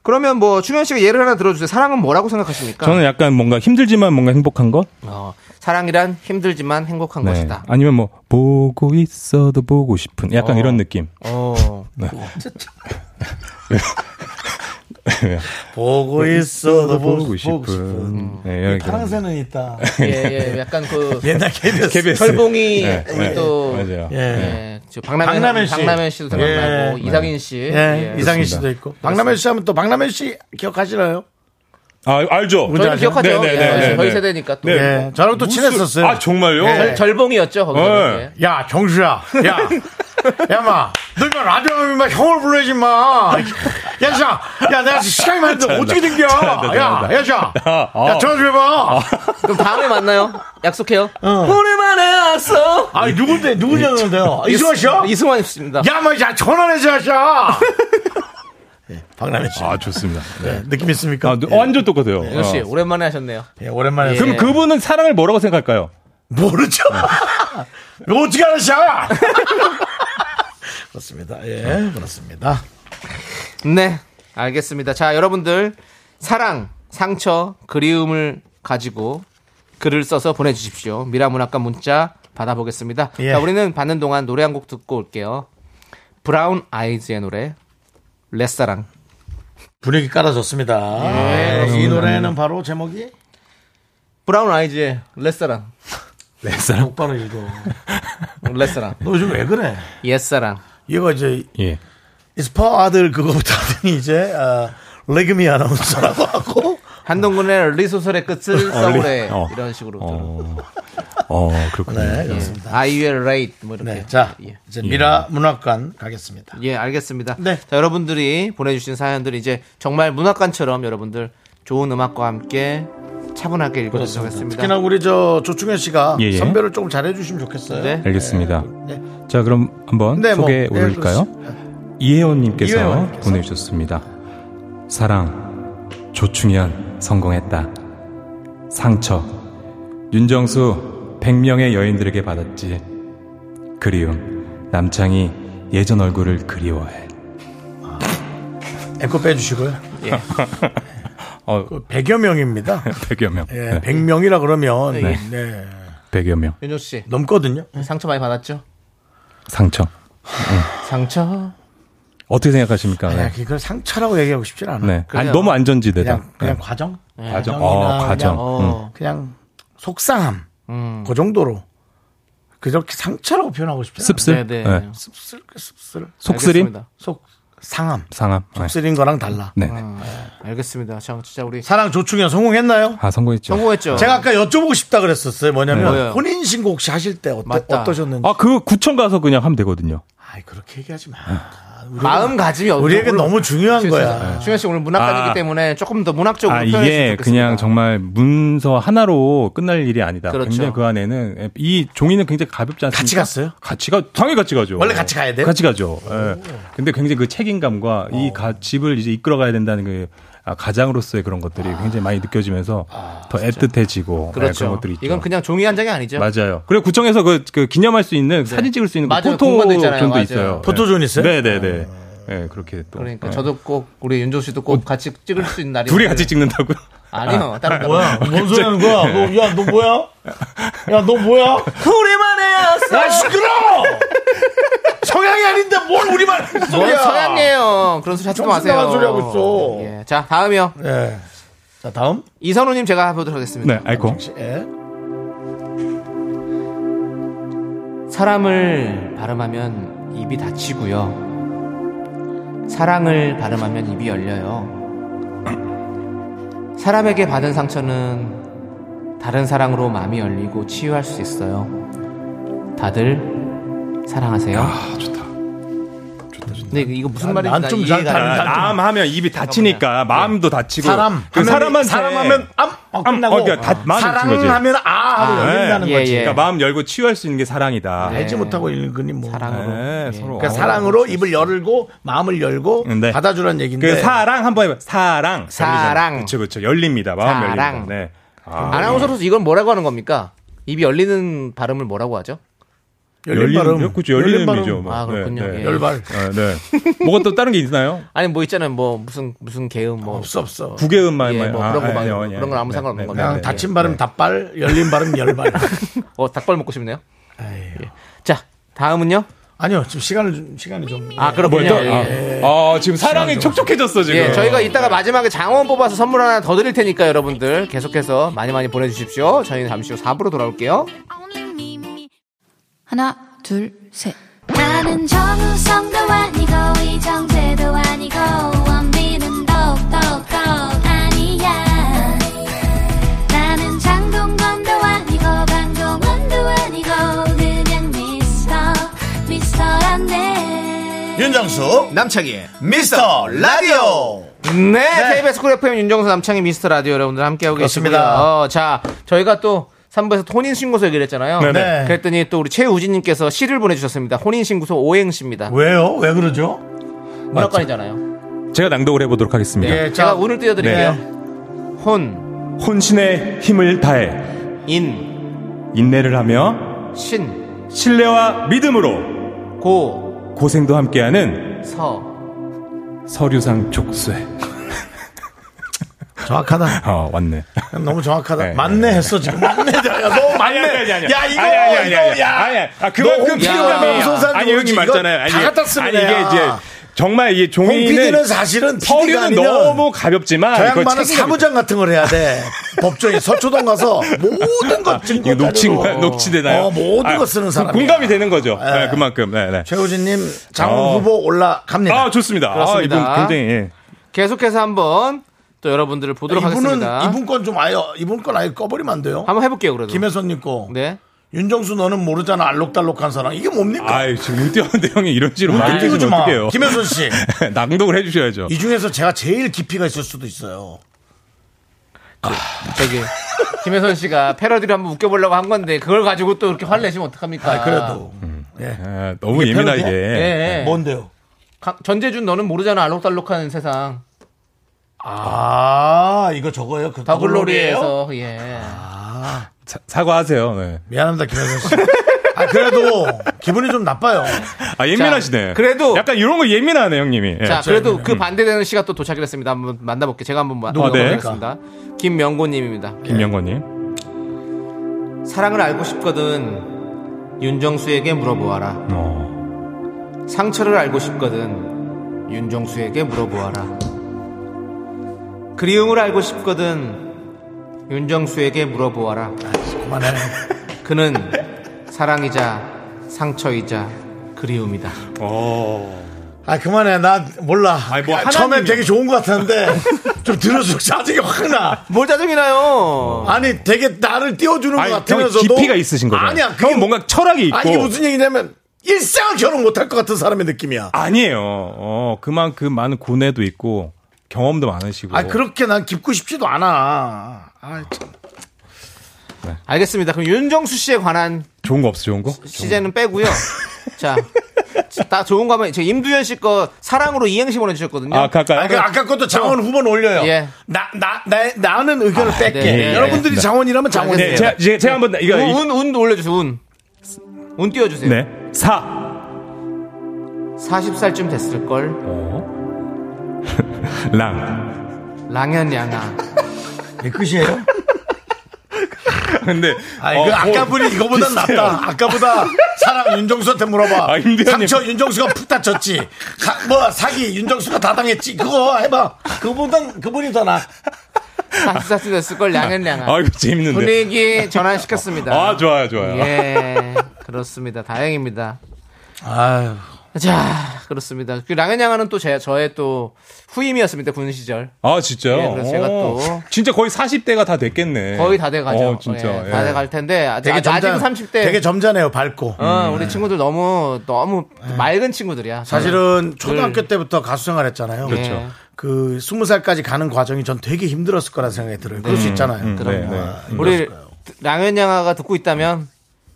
그러면 뭐 충현 씨가 예를 하나 들어주세요. 사랑은 뭐라고 생각하십니까? 저는 약간 뭔가 힘들지만 뭔가 행복한 것? 어, 사랑이란 힘들지만 행복한 네. 것이다. 아니면 뭐 보고 있어도 보고 싶은 약간 이런 느낌. 어, 보고 있어도 보고 싶은. 음. 네, 여기 파랑새는 있다. 예, 예, 약간 그 옛날 KBS. KBS. 철봉이 네, 우리 네, 또 맞아요. 예. 예, 저 박남현, 박남현 씨. 박남현 씨도 생각나고 예, 이상인 씨, 예, 예. 이상희 씨도 있고. 박남현 씨 하면 또 박남현 씨 기억하시나요? 아, 알죠. 저희는 기억하죠. 네네네. 네. 예, 저희 세대니까 또. 예, 저랑 또 친했었어요. 예. 아, 정말요? 네. 절- 절봉이었죠. 거기서. 네. 야, 정수야. 야. 야, 마. 너 임마 라디오 하면 임마 형을 부르지 마. 야, 자. 야, 내가 지금 시간이 많은데 잘한다. 어떻게 된 거야? 잘한다, 야, 잘한다. 야, 자. 어. 야, 전화 좀 해봐. 그럼 다음에 만나요. 약속해요. 오랜만에 왔어. 아니, 누군데, 누구냐는데요? 이승환 씨요? 이승환 씨입니다. 야, 마, 야, 전화해, 자샤. 박남희 씨. 아, 좋습니다. 네, 느낌 있습니까? 예, 완전 똑같아요. 이노 씨 오랜만에 하셨네요. 오랜만에. 그럼 그분은 사랑을 뭐라고 생각할까요? 모르죠. 이거 어떻게 알았어? 그렇습니다. 예, 그렇습니다. 네, 알겠습니다. 자, 여러분들 사랑, 상처, 그리움을 가지고 글을 써서 보내주십시오. 미라문학관 문자 받아보겠습니다. 예. 자, 우리는 받는 동안 노래 한 곡 듣고 올게요. 브라운 아이즈의 노래 렛사랑. 분위기 깔아줬습니다. 예, 이 노래는 바로 제목이 브라운 아이즈의 렛사랑. 네, 렛사랑 똑바로 읽어. 렛사랑. 너 요즘 왜 그래? 옛사랑. 얘가 이제 예. 스파 아들 그거부터 하더니 이제 아, 레그미 아나운서라고 하고 한동근의 리소설의 끝을 어, 써보래 리- 어. 이런 식으로 어, 그렇군요. 네, 예. 그렇습니다. 아이유의 레이트 뭐 이렇게 네, 자 이제 미라 문학관 가겠습니다. 예, 알겠습니다. 네. 자, 여러분들이 보내주신 사연들 이제 정말 문학관처럼 여러분들 좋은 음악과 함께 차분하게 읽어주시면 좋겠습니다. 특히나 우리 저 조충현 씨가 예, 예. 선별을 조금 잘해주시면 좋겠어요. 네. 알겠습니다. 네. 자, 그럼 한번 네, 뭐, 소개해 네, 올릴까요? 이혜원님께서 이혜원님께서. 보내주셨습니다. 사랑, 조충현, 성공했다. 상처, 윤정수, 100명의 여인들에게 받았지. 그리움, 남창이 예전 얼굴을 그리워해. 앵커 빼주시고요. 예. 어, 100여 명입니다. 100여 명. 그 네, 예, 100명이라 그러면 네. 네. 100여 명. 윤호 씨 넘거든요. 상처 많이 받았죠? 상처. 상처. 어떻게 생각하십니까? 네. 그냥 그걸 상처라고 얘기하고 싶진 않아. 네. 아니, 너무 안전지대다. 그냥, 그냥 네. 과정? 과정이나 과정. 어, 그냥, 과정. 어, 그냥 속상함. 그 정도로. 그렇게 상처라고 표현하고 싶지 않아. 씁쓸? 네, 네. 네. 씁쓸, 그 씁쓸. 속쓰림? 알겠습니다. 속, 상함. 상함. 네. 속쓰린 거랑 달라. 네. 알겠습니다. 자, 진짜 우리 사랑 조충현 성공했나요? 아, 성공했죠. 제가 아까 여쭤보고 싶다 그랬었어요. 뭐냐면 네. 뭐예요? 혼인신고 혹시 하실 때 어떠, 어떠셨는지. 아, 그 구청 가서 그냥 하면 되거든요. 그렇게 얘기하지 마. 아, 마음가짐이 어떤 우리에게 걸- 너무 중요한 거야. 준현 씨 오늘 문학관이기 아. 때문에 조금 더 문학적으로 아, 표현해 주셨으면 이게 좋겠습니다. 그냥 정말 문서 하나로 끝날 일이 아니다. 그렇죠. 굉장히 그 안에는 이 종이는 굉장히 가볍지 않습니까? 같이 갔어요? 같이 가, 당연히 같이 가죠. 원래 같이 가야 돼요? 같이 가죠. 예. 근데 굉장히 그 책임감과 어. 이 가, 집을 이제 이끌어 가야 된다는 그 아, 가장으로서의 그런 것들이 굉장히 많이 느껴지면서 더 애틋해지고 예, 아. 그렇죠. 그런 것들이 있죠. 이건 그냥 종이 한 장이 아니죠. 맞아요. 그리고 구청에서 그, 그 기념할 수 있는 사진 찍을 수 있는 네. 맞아요. 그 공간도 있잖아요. 포토존도 맞아요. 있어요. 예. 포토존 있어요? 네네네. 예, 그렇게 또. 그러니까 예. 저도 그 꼭 우리 윤조 씨도 꼭 같이 찍을 수 있는 날이 어, 둘이 같이 찍는다고요? 아니요. 아, 다른 뭐야? 뭔 소리 하는 거야? 너, 야, 너 뭐야? 야, 너 뭐야? 우리만의 왔어. 야, 시끄러워! 성향이 아닌데 뭘 우리만 하는 뭔 소리야. 서양이에요. 그런 소리 하지 정신 마세요. 나간 소리 하고 있어. 예. 자, 다음이요. 예. 자, 다음. 이선우님 제가 해보도록 하겠습니다. 네, 아이콘. 예. 사람을 발음하면 입이 다치고요. 사랑을 발음하면 입이 열려요. 사람에게 받은 상처는 다른 사랑으로 마음이 열리고 치유할 수 있어요. 다들 사랑하세요. 아, 좋다. 근데 이거 무슨 말인지 나 난좀 이해가 안 가. 암 하면 입이 다치니까 마음도 다치고 아, 사람 그 하면 사람한테 사람 하면 암, 아, 끝나고 어, 그러니까 다, 마음이 사랑 다친 거지. 하면 아 하고 열린다는 예, 거지. 예. 그러니까 마음 열고 치유할 수 있는 게 사랑이다. 네. 알지 못하고 읽으니 뭐. 사랑으로. 예. 서로. 그러니까 어. 사랑으로 입을 열고 마음을 열고 네. 받아주라는 얘기인데. 그 사랑 한번 해봐. 사랑. 사랑. 그렇죠, 그렇죠. 열립니다. 마음 사랑. 열립니다. 네. 아, 아나운서로서 이걸 뭐라고 하는 겁니까? 입이 열리는 발음을 뭐라고 하죠? 열린 발음. 그렇죠. 열린 발음. 발음이죠. 뭐. 아, 그렇군요. 네, 네. 예. 아, 네. 뭐가 또 다른 게 있나요? 아니 뭐 있잖아요. 뭐 무슨 무슨 개음 뭐 없어 없어. 구개음 말 예, 말. 뭐 아, 그런 거 아니요, 말 아니요. 그런 건 아무 네, 상관없는 네, 겁니다. 그냥 네. 다친 발음 닭발, 열린 발음 열발. 어 닭발 먹고 싶네요. 예. 자 다음은요. 아니요, 지금 시간을 좀, 시간이 좀. 아 그렇군요. 뭐 일단- 예. 아, 예. 아, 지금 사랑이 촉촉해졌어, 지금. 예, 저희가 이따가 마지막에 장원 뽑아서 선물 하나 더 드릴 테니까 여러분들 계속해서 많이 많이 보내주십시오. 저희는 잠시 후 4부로 돌아올게요. 하나, 둘, 셋. 나는 정우성도 아니고 이정재도 아니고 원빈은 더욱더 아니야 윤정수 남창희의 미스터 라디오 네, KBS 쿨 FM 윤정수 남창희 미스터 라디오 여러분들 함께하고 그렇습니다. 계십니다. 자, 저희가 또 3부에서 혼인신고서 얘기를 했잖아요. 네네. 그랬더니 또 우리 최우진님께서 시를 보내주셨습니다. 혼인신고서 오행시입니다. 왜요? 왜 그러죠? 문학관이잖아요. 제가 낭독을 해보도록 하겠습니다. 네, 제가 운을 띄워드릴게요. 네. 혼, 혼신의 힘을 다해 인, 인내를 하며 신, 신뢰와 믿음으로 고, 고생도 함께하는 서. 서류상 족쇄. 정확하다. 아 왔네. 너무 정확하다. 네. 맞네 했어 지금. 맞네. 야, 너무 맞네. 아니, 아니, 아니, 아니. 야 이거 아니, 아니, 아니, 이거 아니. 야. 아니, 아니. 아, 그건 너 그 홍피디가 필요감이 너무 무슨 사람인지 아니, 여기 모르지. 맞잖아요. 이거 아니, 다 갖다 쓰면 아니, 이게 돼요. 이제 정말 이게 PD는 종이는 사실은 PD가 서류는 아니면 너무 가볍지만 저 이거 양반은 책임이- 사무장 같은 걸 해야 돼. 법정에 서초동 가서 모든 것 증거 이거 녹취 자료로. 녹취되나요? 어, 모든 아, 거 쓰는 사람. 공감이 되는 거죠. 네, 그만큼. 네, 네. 최우진님 장훈 어. 후보 올라갑니다. 아 좋습니다. 아, 그렇습니다. 이분 굉장히 예. 계속해서 한번 또 여러분들을 보도록 아, 이분은 하겠습니다. 이분 건 좀 아예 이분 건 아예 꺼버리면 안 돼요. 한번 해볼게요, 그래도. 김혜선님 거. 네. 윤정수 너는 모르잖아 알록달록한 사랑 이게 뭡니까? 아이 지금 눈 띄었는데 형이 이런 식으로 눈 말해 띄우지 주면 음, 마. 어떡해요? 김혜선 씨. 낭독을 해주셔야죠. 이 중에서 제가 제일 깊이가 있을 수도 있어요. 저기 김혜선 씨가 패러디를 한번 웃겨보려고 한 건데 그걸 가지고 또 이렇게 화내시면 어떡합니까? 아, 네. 그래도 아, 너무 예민하게. 예. 예. 뭔데요? 가- 전재준 너는 모르잖아 알록달록한 세상 아 이거 저거예요. 그 더글로리예요? 아, 더글로리에서 예. 사- 사과하세요. 네. 미안합니다 김혜선 씨. 아 그래도 기분이 좀 나빠요. 아 예민하시네. 자, 그래도- 약간 이런 거 예민하네 형님이. 예. 그렇죠. 자 그래도 음. 그 반대되는 씨가 또 도착을 했습니다. 한번 만나볼게요. 제가 한번 네. 만나보겠습니다. 김명곤님입니다. 예. 김명건님. 사랑을 알고 싶거든 윤정수에게 물어보아라. 어. 상처를 알고 싶거든 윤정수에게 물어보아라. 그리움을 알고 싶거든 윤정수에게 물어보아라. 그만해. 그는 사랑이자 상처이자 그리움이다. 아 그만해. 나 몰라. 아니, 뭐 처음엔 하나님이요. 되게 좋은 것 같았는데 좀 들을수록 짜증이 확 나. 뭘 짜증이 나요? 아니 되게 나를 띄워주는 것 아니 형이 같으면서도 깊이가 있으신 거죠. 아니야. 형은 뭔가 철학이 있고. 아니 이게 무슨 얘기냐면 일생을 결혼 못할 것 같은 사람의 느낌이야. 아니에요. 어, 그만큼 많은 고뇌도 있고 경험도 많으시고. 아 그렇게 난 깊고 싶지도 않아. 아, 참. 알겠습니다. 그럼 윤정수 씨에 관한 좋은 거 없어 좋은 거? 시제는 빼고요. 자, 다 좋은 거 한번 제 임두현 씨 거 사랑으로 이행시 보내주셨거든요. 아 가까이. 아니, 그 아까 것도 장원 후보는 올려요. 예. 나, 나, 나, 나는 의견을 뺄게. 네, 네, 여러분들이 장원이라면 장원이에요. 네, 뭐- 제가 제가, 제가 한번 이거 이- 운, 운 올려주세요. 운. 운 띄워주세요. 네. 사. 40살쯤 됐을 걸 어. 랑. 랑현 양아. 내 끝이에요? 근데 아니, 어, 그 아까 어, 분이 이거보단 낫다. 아까보다 사랑 윤정수한테 물어봐. 아, 임대현님. 상처 윤정수가 푹 다쳤지. 가- 뭐, 사기 윤정수가 다 당했지. 그거 해봐. 그보단, 그분이 더 나아. 40살쯤 됐을 걸 랑현 양아. 아 이거 재밌는데. 분위기 전환시켰습니다. 아 좋아요 좋아요. 예. 그렇습니다. 다행입니다. 아유. 자, 그렇습니다. 그 랑현 양아는 또 제, 저의 또 후임이었습니다. 군 시절. 아 진짜요? 예, 그래서 제가 어, 또- 진짜 거의 40대가 다 됐겠네. 거의 다 돼가죠. 어, 진짜. 예, 다 예. 돼갈 텐데 아직 아직은 30대. 되게 점잖아요, 밝고. 어, 음. 우리 친구들 너무 너무 맑은 친구들이야. 예. 사실은 초등학교 때부터 가수 생활했잖아요. 그렇죠. 예. 그 스무 살까지 가는 과정이 전 되게 힘들었을 거란 생각이 들어요. 그럴 수 있잖아요. 그럼요. 네, 네. 우리 랑현 양아가 듣고 있다면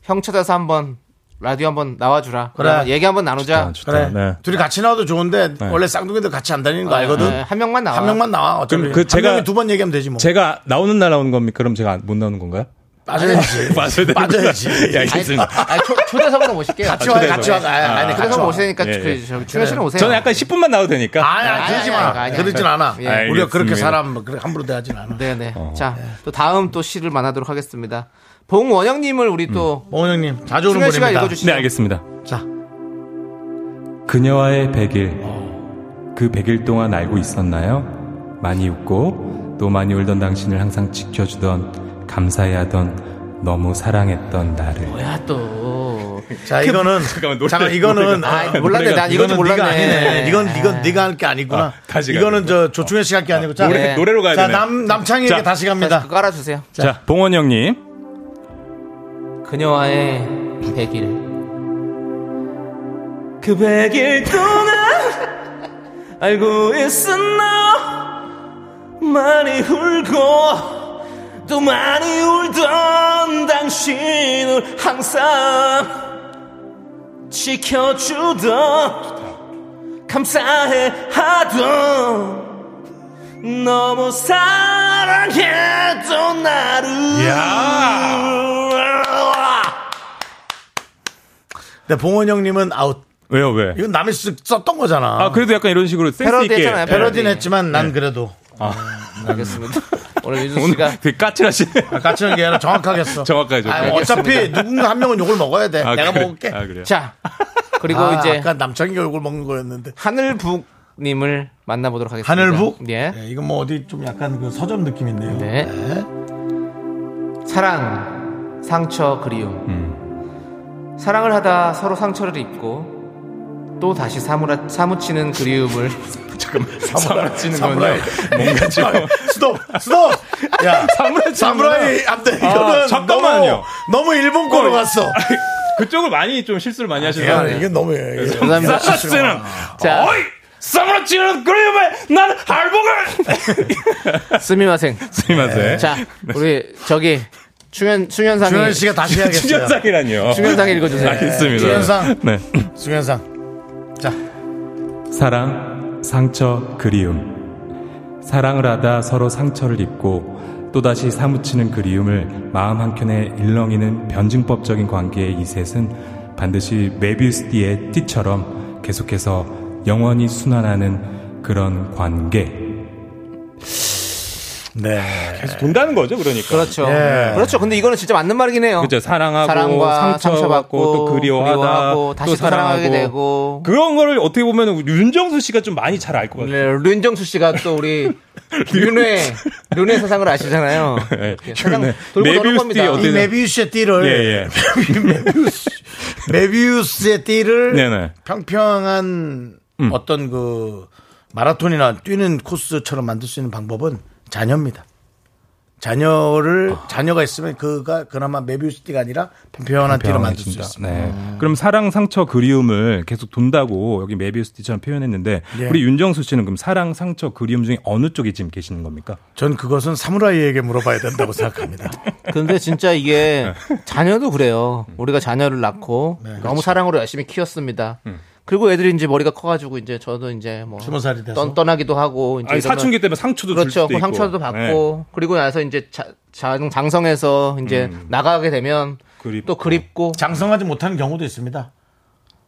형 찾아서 한번 라디오 한번 나와주라. 그래. 그래. 얘기 한번 나누자. 아, 좋다. 그래. 네. 둘이 같이 나와도 좋은데 원래 쌍둥이들 같이 안 다니는 거 알거든. 네, 한 명만 나와. 한 명만 나와. 어차피 그럼 그 한 제가- 명이 두 번 얘기하면 되지 뭐. 제가 나오는 날 나오는 겁니까? 그럼 제가 못 나오는 건가요? 빠져야지. 맞아야 빠져야지. 예, 알겠습니다. 아니, 초, 초대석으로 모실게요. 같이 와, 같이 와. 초대석. 아, 아니, 아, 초대석 그래서 오세요. 모시니까 예, 예. 그, 저기 충현 씨는 오세요. 저는 약간 10분만 나와도 되니까. 아니, 아니, 그러지 아니, 마. 아니, 아니, 그러진 않아. 예. 음. 우리가 알겠습니다. 그렇게 사람 뭐 그렇게 함부로 대하진 않아. 네네. 자, 또 다음 또 시를 만나도록 하겠습니다. 봉원영님을 우리 또 오은 형님, 자주 오는 충현 음. 씨가 분입니다. 읽어주시죠. 네, 알겠습니다. 자, 그녀와의 100일. 그 100일 동안 알고 있었나요? 많이 웃고 또 많이 울던 당신을 항상 지켜주던 감사해하던 너무 사랑했던 나를. 뭐야 또. 자 이거는 그 잠깐만, 잠깐, 노래- 이거는 노래가- 아, 아, 몰랐네. 난 이건지 이거는 네가 몰랐네. 아니네. 이건 이건 네가 할 게 아니구나. 아, 다시 가야 이거는 저 조충현 씨가 할 게 아니고 자, 예. 노래, 네. 노래로 가야 자, 되네. 남 남창희에게 자, 다시 자, 갑니다. 그거 깔아주세요. 자, 봉원 형님. 그녀와의 100일 그 100일 동안 알고 있었나 많이 울고 또 많이 울던 당신을 항상 지켜주던 감사해 하던 너무 사랑해도 나를 근데 네, 봉원 형님은 아웃. 왜요, 왜? 이건 남이 쓰- 썼던 거잖아. 아, 그래도 약간 이런 식으로 센스 패러디 있게. 했잖아요, 패러디는 네. 했지만 난 네. 그래도. 알겠습니다. 오늘 윤수 오늘 씨가 되게 까칠하시네. 까칠한 게 아니라 정확하게 했어. 정확하게 좀. 아, 어차피 누군가 한 명은 욕을 먹어야 돼. 네, 아, 내가 그래. 먹을게. 아, 그래요? 자, 그리고 아, 이제 아까 남창이가 욕을 먹는 거였는데. 하늘북님을 만나보도록 하겠습니다. 하늘북? 예. 네, 이건 뭐 어디 좀 약간 그 서점 느낌 있네요. 네. 사랑, 상처, 그리움. 사랑을 하다 서로 상처를 입고 또 다시 사무라, 사무치는 그리움을 사무라치는 건데 뭔가 좀. 스톱! 스톱! 야, 사무라이 사무라이 앞대 이거는 아, 잠깐만요. 너무, 너무 일본 거로 어, 갔어. 그쪽을 많이 좀 실수를 많이 아, 하시네요. 야, 이게 너무 예, 감사합니다. 쓰는 아, 자, 어이 사무라치는 그림에 난 할복을 스미마생. 스미마세. 자, 우리 저기 충현 충현상이 주현 씨가 다시 해야겠어요. 신현상이라뇨. 충현상이 읽어주세요. 알겠습니다. 주현상. 네. 수현상. 사랑, 상처, 그리움. 사랑을 하다 서로 상처를 입고 또다시 사무치는 그리움을 마음 한켠에 일렁이는 변증법적인 관계의 이 셋은 반드시 메비우스 띠의 띠처럼 계속해서 영원히 순환하는 그런 관계. 네. 계속 돈다는 거죠, 그러니까. 그렇죠. 예. 그렇죠. 근데 이거는 진짜 맞는 말이긴 해요. 그죠 사랑하고 그렇죠. 사랑과 상처받고 상처받고, 또 그리워하다 그리워하고, 다시 또 또 사랑하게 사랑하고. 되고. 그런 거를 어떻게 보면 윤정수 씨가 좀 많이 잘 알 것 같아요. 네, 류인정수 씨가 또 우리 류뇌 류뇌 사상을 아시잖아요. 네, 예, 사상 류뇌. 돌고 도는 메비우스 뒤에 겁니다. 어떻게 이 메비우스의 띠를. 네, 예, 예. 메비우스. 메비우스의 띠를. 네네. 평평한 어떤 그 마라톤이나 뛰는 코스처럼 만들 수 있는 방법은 자녀입니다. 자녀를 자녀가 있으면 그가 그나마 메비우스티가 아니라 평평한 띠로 만들 수 평평해진다. 있습니다. 네. 음. 그럼 사랑, 상처, 그리움을 계속 돈다고 여기 메비우스티처럼 표현했는데 예. 우리 윤정수 씨는 그럼 사랑, 상처, 그리움 중에 어느 쪽에 지금 계시는 겁니까? 전 그것은 사무라이에게 물어봐야 된다고 생각합니다. 근데 진짜 이게 네. 자녀도 그래요. 음. 우리가 자녀를 낳고 음. 네, 너무 그렇죠. 사랑으로 열심히 키웠습니다. 음. 그리고 애들이 이제 머리가 커가지고 이제 저도 이제 뭐 스무 살이 돼서? 떠, 떠나기도 하고 이제 아니, 이러면 사춘기 때문에 상처도 줄 그렇죠. 수도 있고. 그 네. 상처도 네. 받고 그리고 나서 이제 자, 장- 장성해서 이제 나가게 되면 음. 그립고. 또 그립고 장성하지 못하는 경우도 있습니다.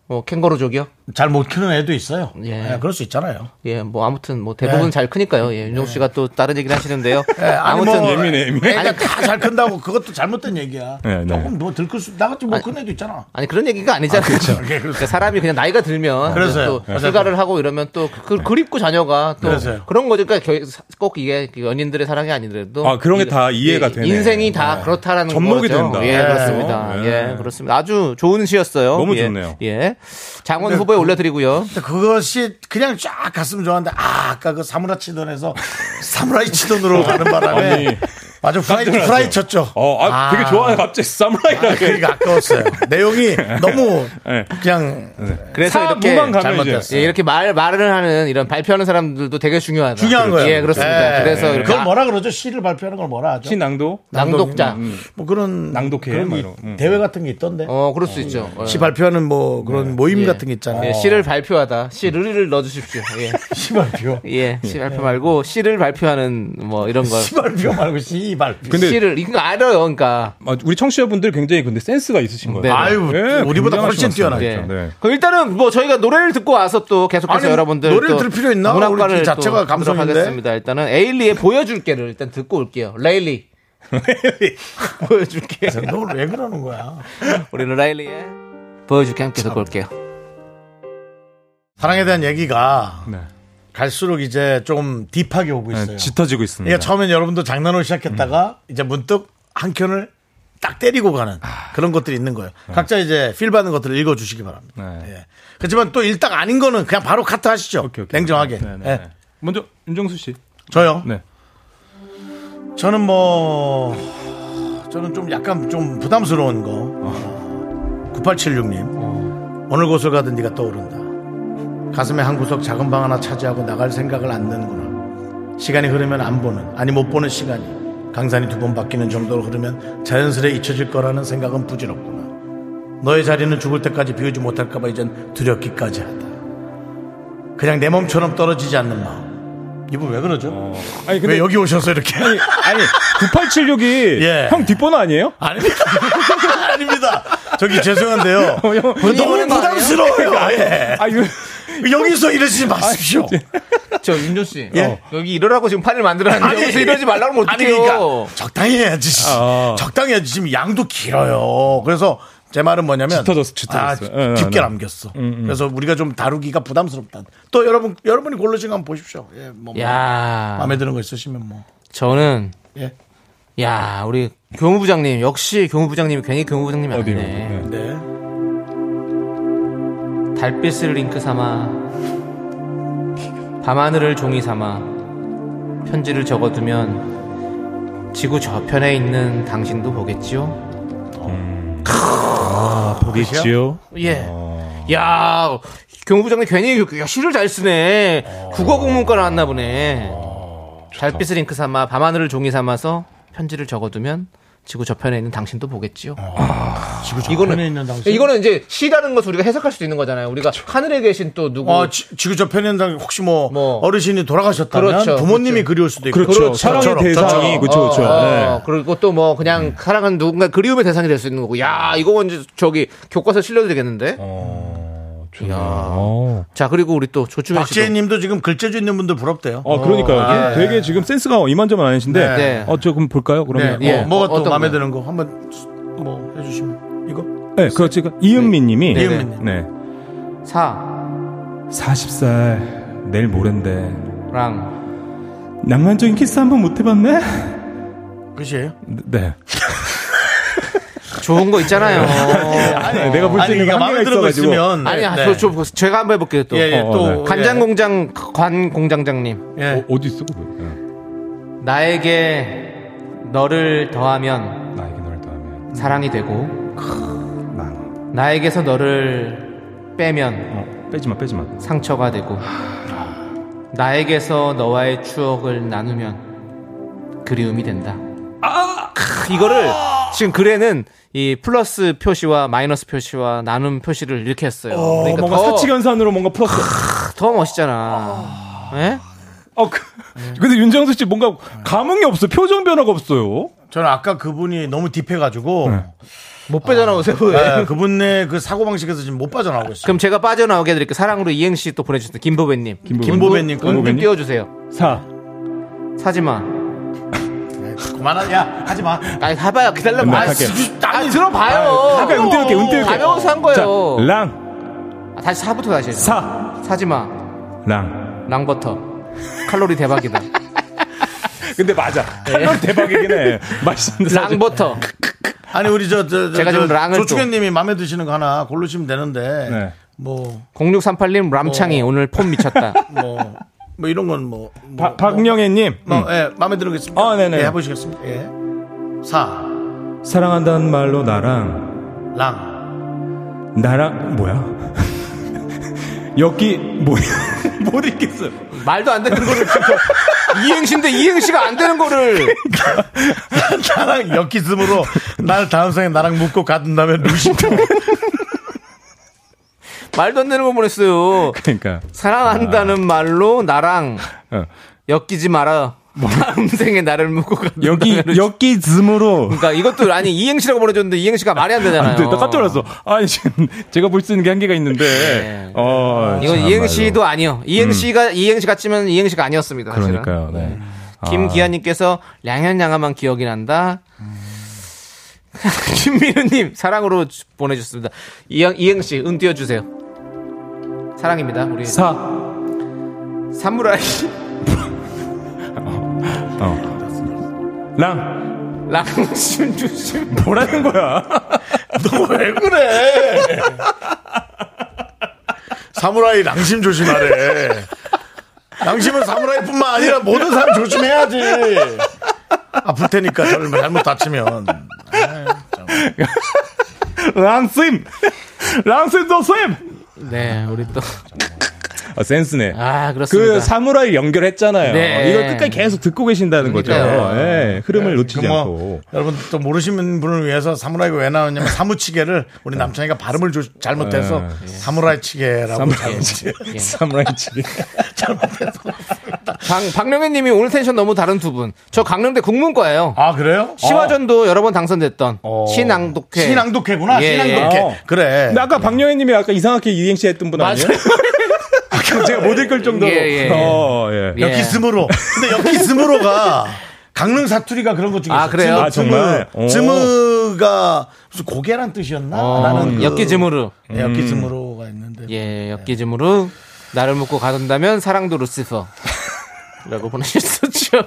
뭐 캥거루족이요. 잘 못 키우는 애도 있어요. 예. 예, 그럴 수 있잖아요. 예, 뭐 아무튼 뭐 대부분 예. 잘 크니까요. 예, 윤종 씨가 또 다른 얘기를 하시는데요. 예, 아니 아무튼 뭐 예민해, 예민해. 애가 다 잘 큰다고 그것도 잘못된 얘기야. 네, 네. 조금 뭐 들끓 수 나같이 못큰 애도 있잖아. 아니 그런 얘기가 아니잖아요. 예, 그렇죠. 그러니까 사람이 그냥 나이가 들면 그래서요. 네. 또 휴가를 하고 이러면 또 그, 그립고 자녀가 또 그래서요. 그런 거니까 겨- 꼭 이게 연인들의 사랑이 아니더라도 아, 그런 게다 이해가 이- 되네. 인생이 다 그렇다라는 접목이 거죠. 된다. 네. 예, 그렇습니다. 네. 예, 그렇습니다. 아주 좋은 시였어요. 너무 예, 좋네요. 예, 장원 네. 후보에 올려드리고요. 근데 그것이 그냥 쫙 갔으면 좋았는데 아 아까 그 사무라 치돈에서 사무라이 치돈으로 가는 바람에 아니. 아주 프라이 프라이 쳤죠. 어, 아, 되게 좋아요. 갑자기 사무라이라고. 아, 그러니까 아까웠어요. 내용이 너무 네. 그냥 그래서 사 이렇게 무만 가면 이제. 잘못됐어요. 예, 이렇게 말 말을 하는 이런 발표하는 사람들도 되게 중요하다. 중요한 거예요. 예, 그렇습니다. 예. 그래서 이렇게 그걸 뭐라 그러죠? 시를 발표하는 걸 뭐라 하죠? 신낭도 낭독자. 뭐 그런 낭독회, 그런 뭐 이- 이런. 음. 대회 같은 게 있던데. 어, 그럴 수 있죠. 예. 음. 시 발표하는 뭐 그런 모임 예. 같은 게 있잖아요. 예, 시를 발표하다. 시를 넣어주십시오. 예. 시 어. 발표. 예, 시 발표 말고 시를 발표하는 뭐 이런 걸. 시 발표 말고 시 발표. 근데- 시를 이거 알아요, 그러니까. 어, 아, 우리 청취자분들 굉장히 근데 센스가 있으신 거예요. 네. 아유, 예, 우리보다 굉장하신 훨씬 말씀. 뛰어나죠. 예. 네. 그럼 일단은 뭐 저희가 노래를 듣고 와서 또 계속해서 아니, 여러분들 노래를 또 들을 필요 있나? 문학과를 우리 그 또 자체가 감성인데. 듣도록 하겠습니다. 일단은 에일리의 보여줄게를 일단 듣고 올게요. 레일리 보여줄게. 너왜 그러는 거야? 우리는 레일리의 보여줄게 함께 듣고 올게요. 사랑에 대한 얘기가 네. 갈수록 이제 좀 딥하게 오고 있어요. 네, 짙어지고 있습니다. 그러니까 처음엔 여러분도 장난으로 시작했다가 이제 문득 한 켠을 딱 때리고 가는 그런 것들이 있는 거예요. 각자 이제 필 받는 것들을 읽어 주시기 바랍니다. 네. 예. 그렇지만 또 일단 아닌 거는 그냥 바로 카트 하시죠. 오케이, 오케이. 냉정하게. 네, 예. 네, 네. 먼저 윤정수 씨. 저요. 네. 저는 뭐 저는 좀 약간 좀 부담스러운 거. 9876님. 어느 곳을 가든 네가 떠오른다. 가슴의 한 구석 작은 방 하나 차지하고 나갈 생각을 안 드는구나. 시간이 흐르면 안 보는 아니 못 보는 시간이 강산이 두 번 바뀌는 정도로 흐르면 자연스레 잊혀질 거라는 생각은 부질없구나. 너의 자리는 죽을 때까지 비우지 못할까봐 이젠 두렵기까지 하다. 그냥 내 몸처럼 떨어지지 않는 마음. 이분 왜 그러죠? 아니, 왜 여기 오셔서 이렇게? 아니, 아니 9876이 예. 형 뒷번호 아니에요? 아니, 아닙니다. 저기 죄송한데요. 너무 부담스러워요. 예. 아, 여기서 이러시지 마십시오. 저 윤조 씨 예. 어, 여기 이러라고 지금 판을 만들어놨는데 아니, 여기서 이러지 말라고 하면 아니, 어떡해요 그러니까 적당히 해야지. 적당히 해야지. 지금 양도 길어요. 그래서 제 말은 뭐냐면 짙어졌어, 짙어졌어. 아, 예, 예, 깊게 예. 남겼어. 음, 음. 그래서 우리가 좀 다루기가 부담스럽다. 또 여러분 여러분이 고르신 거 한번 보십시오. 예, 뭐, 뭐. 야 마음에 드는 거 있으시면 뭐. 저는 예. 야 우리 교무부장님 역시 교무부장님이 괜히 교무부장님이 아니네 네. 달빛을 링크 삼아 밤하늘을 종이 삼아 편지를 적어두면 지구 저편에 있는 당신도 보겠지요 아, 보겠지요. 예. 아. 야, 교무부장님 괜히 야, 시를 잘 쓰네. 국어 국문과 나왔나 보네. 아, 달빛을 잉크 삼아 밤하늘을 종이 삼아서 편지를 적어두면 지구 저편에 있는 당신도 보겠지요. 아, 아, 지구 이거는 저편에 있는 당신. 이거는 이제 시라는 것을 우리가 해석할 수도 있는 거잖아요. 우리가 하늘에 계신 또 누구 아, 지, 지구 저편에 있는 당신 혹시 뭐, 어르신이 돌아가셨다면 그렇죠, 부모님이 그리울 수도 있고 그렇죠. 사랑의 대상이, 그렇죠 그렇죠. 어, 그리고 또 뭐 음. 그냥 사랑하는 누군가 그리움의 대상이 될 수 있는 거고. 야, 이거 언제 저기 교과서 실려 아, 되겠는데? 어. 자, 그리고 우리 또 조충현 씨도 박지혜님도 지금 글재주 있는 분들 부럽대요. 어, 그러니까요. 아, 예. 되게 지금 센스가 이만저만 아니신데. 네. 어, 조금 볼까요? 그러면. 네, 예. 어, 뭐가 어, 또 어떤 마음에 거요? 드는 거 한번 수- 뭐 해주시면 이거 네, 그렇지. 그 이은미 님이. 네, 이은미 님. 네. 4랑 40살 내일 모레인데 낭만적인 키스 한번 못 해봤네? 끝이에요? 어. 네. 좋은 거 있잖아요. 아니, 내가 볼때 아니, 그러니까 마음에 들고 있으면 아니야, 네. 저, 저, 제가 한번 해볼게요, 또. 예, 예, 또, 어, 네. 간장 공장, 관 공장장님. 예. 어, 어디 있어? 그거? 나에게 너를 더하면. 사랑이 되고. 나에게서 너를 빼면. 어, 빼지 마, 빼지 마. 상처가 되고. 나에게서 너와의 추억을 나누면. 그리움이 된다. 크, 이거를 지금 글에는 이 플러스 표시와 마이너스 표시와 나눔 표시를 이렇게 했어요. 그러니까 뭔가 더- 사치견산으로 뭔가 풀었어. 더 멋있잖아. 예? 어, 그, 근데 윤정수 씨 뭔가 감흥이 없어. 표정 변화가 없어요. 저는 아까 그분이 너무 딥해가지고 네. 못 빼잖아, 오세요. 네, 그분의 그 사고 방식에서 지금 못 빠져나오고 있어요. 그럼 제가 빠져나오게 해드릴게요. 사랑으로 이행시 또 보내주셨어요. 김보배님. 김보배님 거. 운 좀 띄워주세요. 사. 사지마. 그만하냐? 하지 마. 아, 해봐요. 기다려봐. 아, 할게요. 수- 아니, 들어봐요. 가까이 운 띄울게, 운 띄울게. 가벼워서 한 자, 거예요. 랑, 아, 다시 사부터 다시 해줘. 사. 사지마. 랑. 랑버터. 칼로리 대박이다. 근데 맞아. 칼론 대박이긴 해. 맛있는데. 사실. 네. 랑버터. 뭐? 아니 우리 저, 저, 저 제가 저, 지금 랑을 조충현님이 마음에 드시는 거 하나 고르시면 되는데 네. 뭐 0638님 람창이 오늘 폼 미쳤다. 뭐, 뭐 이런 건 뭐. 뭐 박- 박명애님. 뭐, 예, 마음에 드는 게 있습니까? 아, 어, 네네. 예, 해보시겠습니다. 예. 사, 음. 사랑한다는 말로 나랑, 랑. 나랑, 뭐야? 여기, 뭐야? 못 읽겠어요. 말도 안 되는 거를 진짜 이행시인데 이행시가 안 되는 거를 나랑 엮이슴으로 날 다음 생에 나랑 묶고 가둔 다음에 루시토. 말도 안 되는 걸 보냈어요. 그러니까. 사랑한다는 말로 나랑 어. 엮이지 마라. 다음 생에 나를 묶고 가. 여기, 여기 즈음으로. 그러니까 이것도 아니 이행시라고 보내줬는데 이행시가 말이 안 되잖아요. 안 돼. 나 깜짝 놀랐어. 아니, 지금 제가 볼 수 있는 게 한계가 있는데. 네. 어, 이건 참말로. 이행시도 아니요. 이행시가 이행시 같지만 이행시가 아니었습니다. 사실은. 그러니까요, 네. 김기아님께서 량현양아만 기억이 난다. 김민우님 사랑으로 주- 보내주셨습니다. 이행, 이행시 은 띄워주세요. 사랑입니다. 우리 사, 사무라이 랑. 랑심주심 뭐라는 거야? 너 왜 그래? 사무라이 랑심 조심하래. 랑심은 사무라이뿐만 아니라 모든 사람 조심해야지. 아플 테니까 뭐 잘못, 잘못 다치면. 랑쌤! 랑센더 쌤! 네, 우리 또. 아, 센스네. 아, 그렇습니다. 그 사무라이 연결했잖아요. 어, 네. 이걸 끝까지 계속 듣고 계신다는 거죠. 그러니까요. 예, 흐름을 놓치지 그 뭐, 않고. 여러분 또 모르시는 분을 위해서 사무라이가 왜 나왔냐면 사무치게를 우리 남창이가 발음을 조- 잘못해서 네. 예. 사무라이 치게라고 사무라이 잘못- 치게. 사무라이 치게. 강, 박명현 님이 오늘 텐션 너무 다른 두 분. 저 강릉대 국문과예요. 아, 그래요? 시화전도 여러 번 당선됐던 신앙독회. 어. 신앙독회구나. 예, 신앙독회. 예. 어. 그래. 근데 아까 박영애 님이 아까 이상하게 유행시 했던 분 아니에요? 아까 제가 못 읽을 정도로. 예, 예. 어, 예. 여기 스무로. 근데 여기 스무로가 강릉 사투리가 그런 것 중에 아, 있어요. 그래요? 즈무, 아, 정말? 즈무, 즈무가 무슨 고개란 뜻이었나? 나는 그 엽기즈무르. 네, 음. 엽기 즈무로가 있는데. 어. 예, 엽기즈무르. 나를 묻고 가둔다면 사랑도 루시퍼. 라고 보내셨었죠.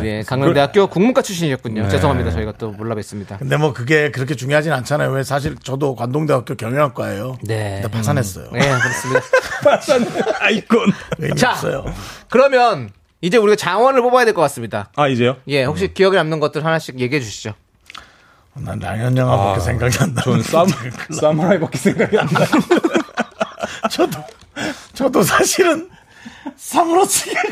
네. 예, 강릉대학교 국문과 출신이셨군요. 죄송합니다. 저희가 또 몰라뵀습니다. 근데 뭐 그게 그렇게 중요하진 않잖아요. 왜 사실 저도 관동대학교 경영학과예요. 네. 근데 파산했어요. 예, 그렇습니다. 아이콘. 의미 자. 없어요. 그러면 이제 우리가 장원을 뽑아야 될 것 같습니다. 아, 이제요? 예, 혹시 음. 기억에 남는 것들 하나씩 얘기해 주시죠. 난 랑현영화밖에 아, 생각이 안 나. 저는 사무, 사무라이밖에 생각이 안 나요. 저도 저도 사실은 사무로치게가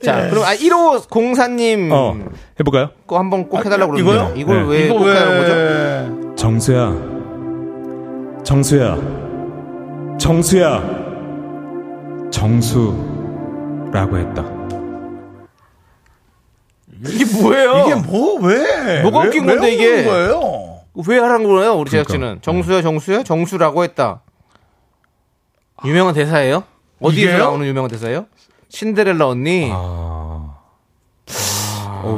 네. 자, 그럼 아, 1호 공사님 어, 해볼까요? 거 한번 꼭 해달라고 아니, 그러는데 이거요? 이걸 네. 왜 이거 꼭 해달라고 그러죠? 왜? 정수야. 정수야. 정수야. 정수라고 했다. 이게 뭐예요? 이게 뭐 왜? 뭐가 왜- 웃긴 왜 건데, 웃는 이게? 거예요? 왜 하라는 거예요? 우리 그러니까. 제작진은 네. 정수야 정수야 정수라고 했다. 유명한 대사예요? 어디에서 이게요? 나오는 유명한 대사예요? 신데렐라 언니. 어,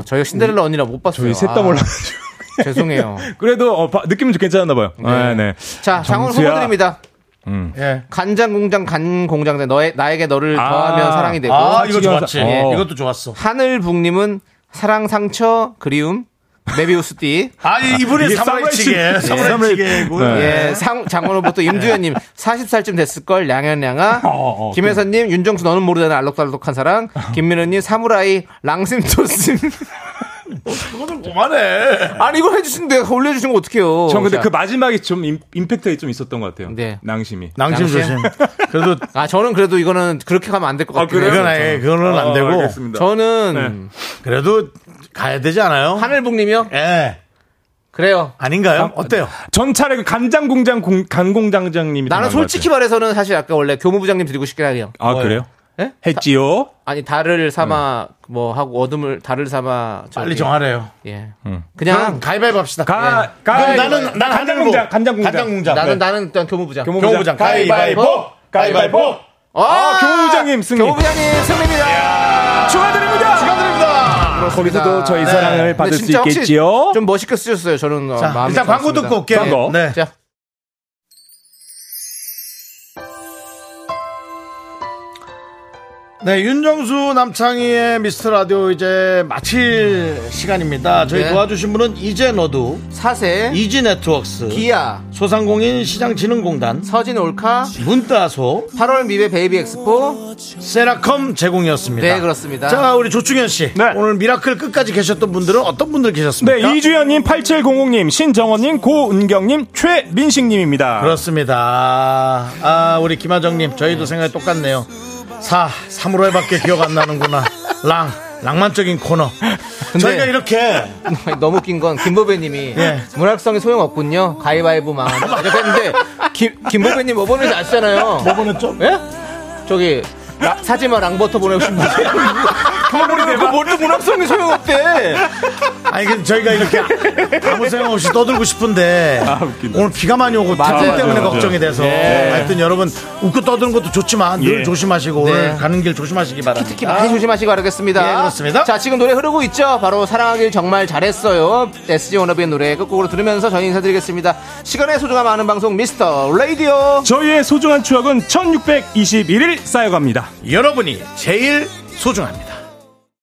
저희가 신데렐라 언니라 못 봤어요. 아. 저희 셋다 아, 몰라가지고. 죄송해요. 그래도 어, 바- 느낌은 좀 괜찮았나봐요. 네, 네. 자, 장훈 정수야. 음. 후보드립니다. 예. 간장 공장 간 공장대 너의 나에게 너를 아. 더하면 사랑이 되고 아 이거 좋았지. 예. 이것도 좋았어. 하늘북님은 사랑 상처 그리움 메비우스띠 아 이- 이분이 이게 사무라이치게. 사무라이 치게. 사무라이치게고. 네. 예, 상, 장원로부터 임주현님 40살쯤 됐을걸 양현양아 어, 어, 김혜선님 윤정수 너는 모르다는 알록달록한 사랑 김민우님 사무라이 랑심토스 네. 그거는 음. 그만해. 아니 이걸 해주신데 올려주신 거 어떡해요 전 근데 자, 그 마지막이 좀 임, 임팩트가 좀 있었던 것 같아요. 네. 낭심이. 낭심 조심. 양심? 그래도 아 저는 그래도 이거는 그렇게 가면 안 될 것 아, 같아요 그래요? 네. 이건 아예 그거는 안 어, 되고 알겠습니다. 저는 그래도 가야 되지 않아요? 하늘북님이요 예. 그래요 아닌가요? 어때요? 전 차례 그 간장 공장 공, 간 공장장님이 나는 솔직히 말해서는 사실 아까 원래 교무부장님 드리고 싶긴 해요 아 그래요? 예? 했지요. 아니 달을 삼아 네. 뭐 하고 어둠을 달을 삼아 저기, 빨리 정하래요. 예 그럼 그냥 가위바위보 합시다. 가, 예. 가, 그럼 나는 난 간장 하늘보. 공장, 간장 공장. 간장 공장. 나는 네. 나는 일단 교무부장 교무부장 가위바위보. 가위바위보. 아, 교무부장님 승리. 교무부장님 승리입니다. 축하드립니다. 축하드립니다. 거기서도 네. 저희 사랑을 받을 수 있겠지요? 좀 멋있게 쓰셨어요. 저는 어, 자, 마음이 일단 광고 좋았습니다. 듣고 올게요. 광고. 네. 자. 네, 윤정수 남창희의 미스터 라디오 이제 마칠 시간입니다. 저희 네. 도와주신 분은 이제 너도 사세 이지 네트웍스 기아 소상공인 시장진흥공단 서진 올카 문따소 8월 미베 베이비 엑스포 세라컴 제공이었습니다. 네 그렇습니다. 자, 우리 조충현 씨. 네. 오늘 미라클 끝까지 계셨던 분들은 어떤 분들 네, 계셨습니까? 이주연님, 8700님, 신정원님, 고은경님, 최민식님입니다. 그렇습니다. 아, 우리 김하정님, 저희도 생각이 똑같네요. 사, 사무라이밖에 기억 안 나는구나. 랑, 낭만적인 코너. 저희가 이렇게 너무 웃긴 건 김보배님이 예. 문학성이 소용없군요. 가위바위보 망한다. 이렇게 했는데 김 김보배님 뭐 보내지 아시잖아요. 뭐 보냈죠? 예? 저기 라- 사지마 랑버터 보내신 분. 그거 뭐 보내고 뭘또 문학성이 소용없대. 아니 근데 저희가 이렇게 아무 생각 없이 떠들고 싶은데 웃긴다. 오늘 비가 많이 오고 태풍 아, 맞아요. 예. 때문에 맞아요. 걱정이 돼서 하여튼 여러분 웃고 떠드는 것도 좋지만 늘 조심하시고 오늘 가는 길 조심하시기 바랍니다. 네. 특히 많이 조심하시기 바라겠습니다. 예, 그렇습니다. 아. 자, 지금 노래 흐르고 있죠. 바로 사랑하길 정말 잘했어요. SG 워너비의 노래 끝곡으로 들으면서 저희 인사드리겠습니다. 시간의 소중함 아는 방송 미스터 라디오. 저희의 소중한 추억은 1621일 쌓여갑니다. 여러분이 제일 소중합니다.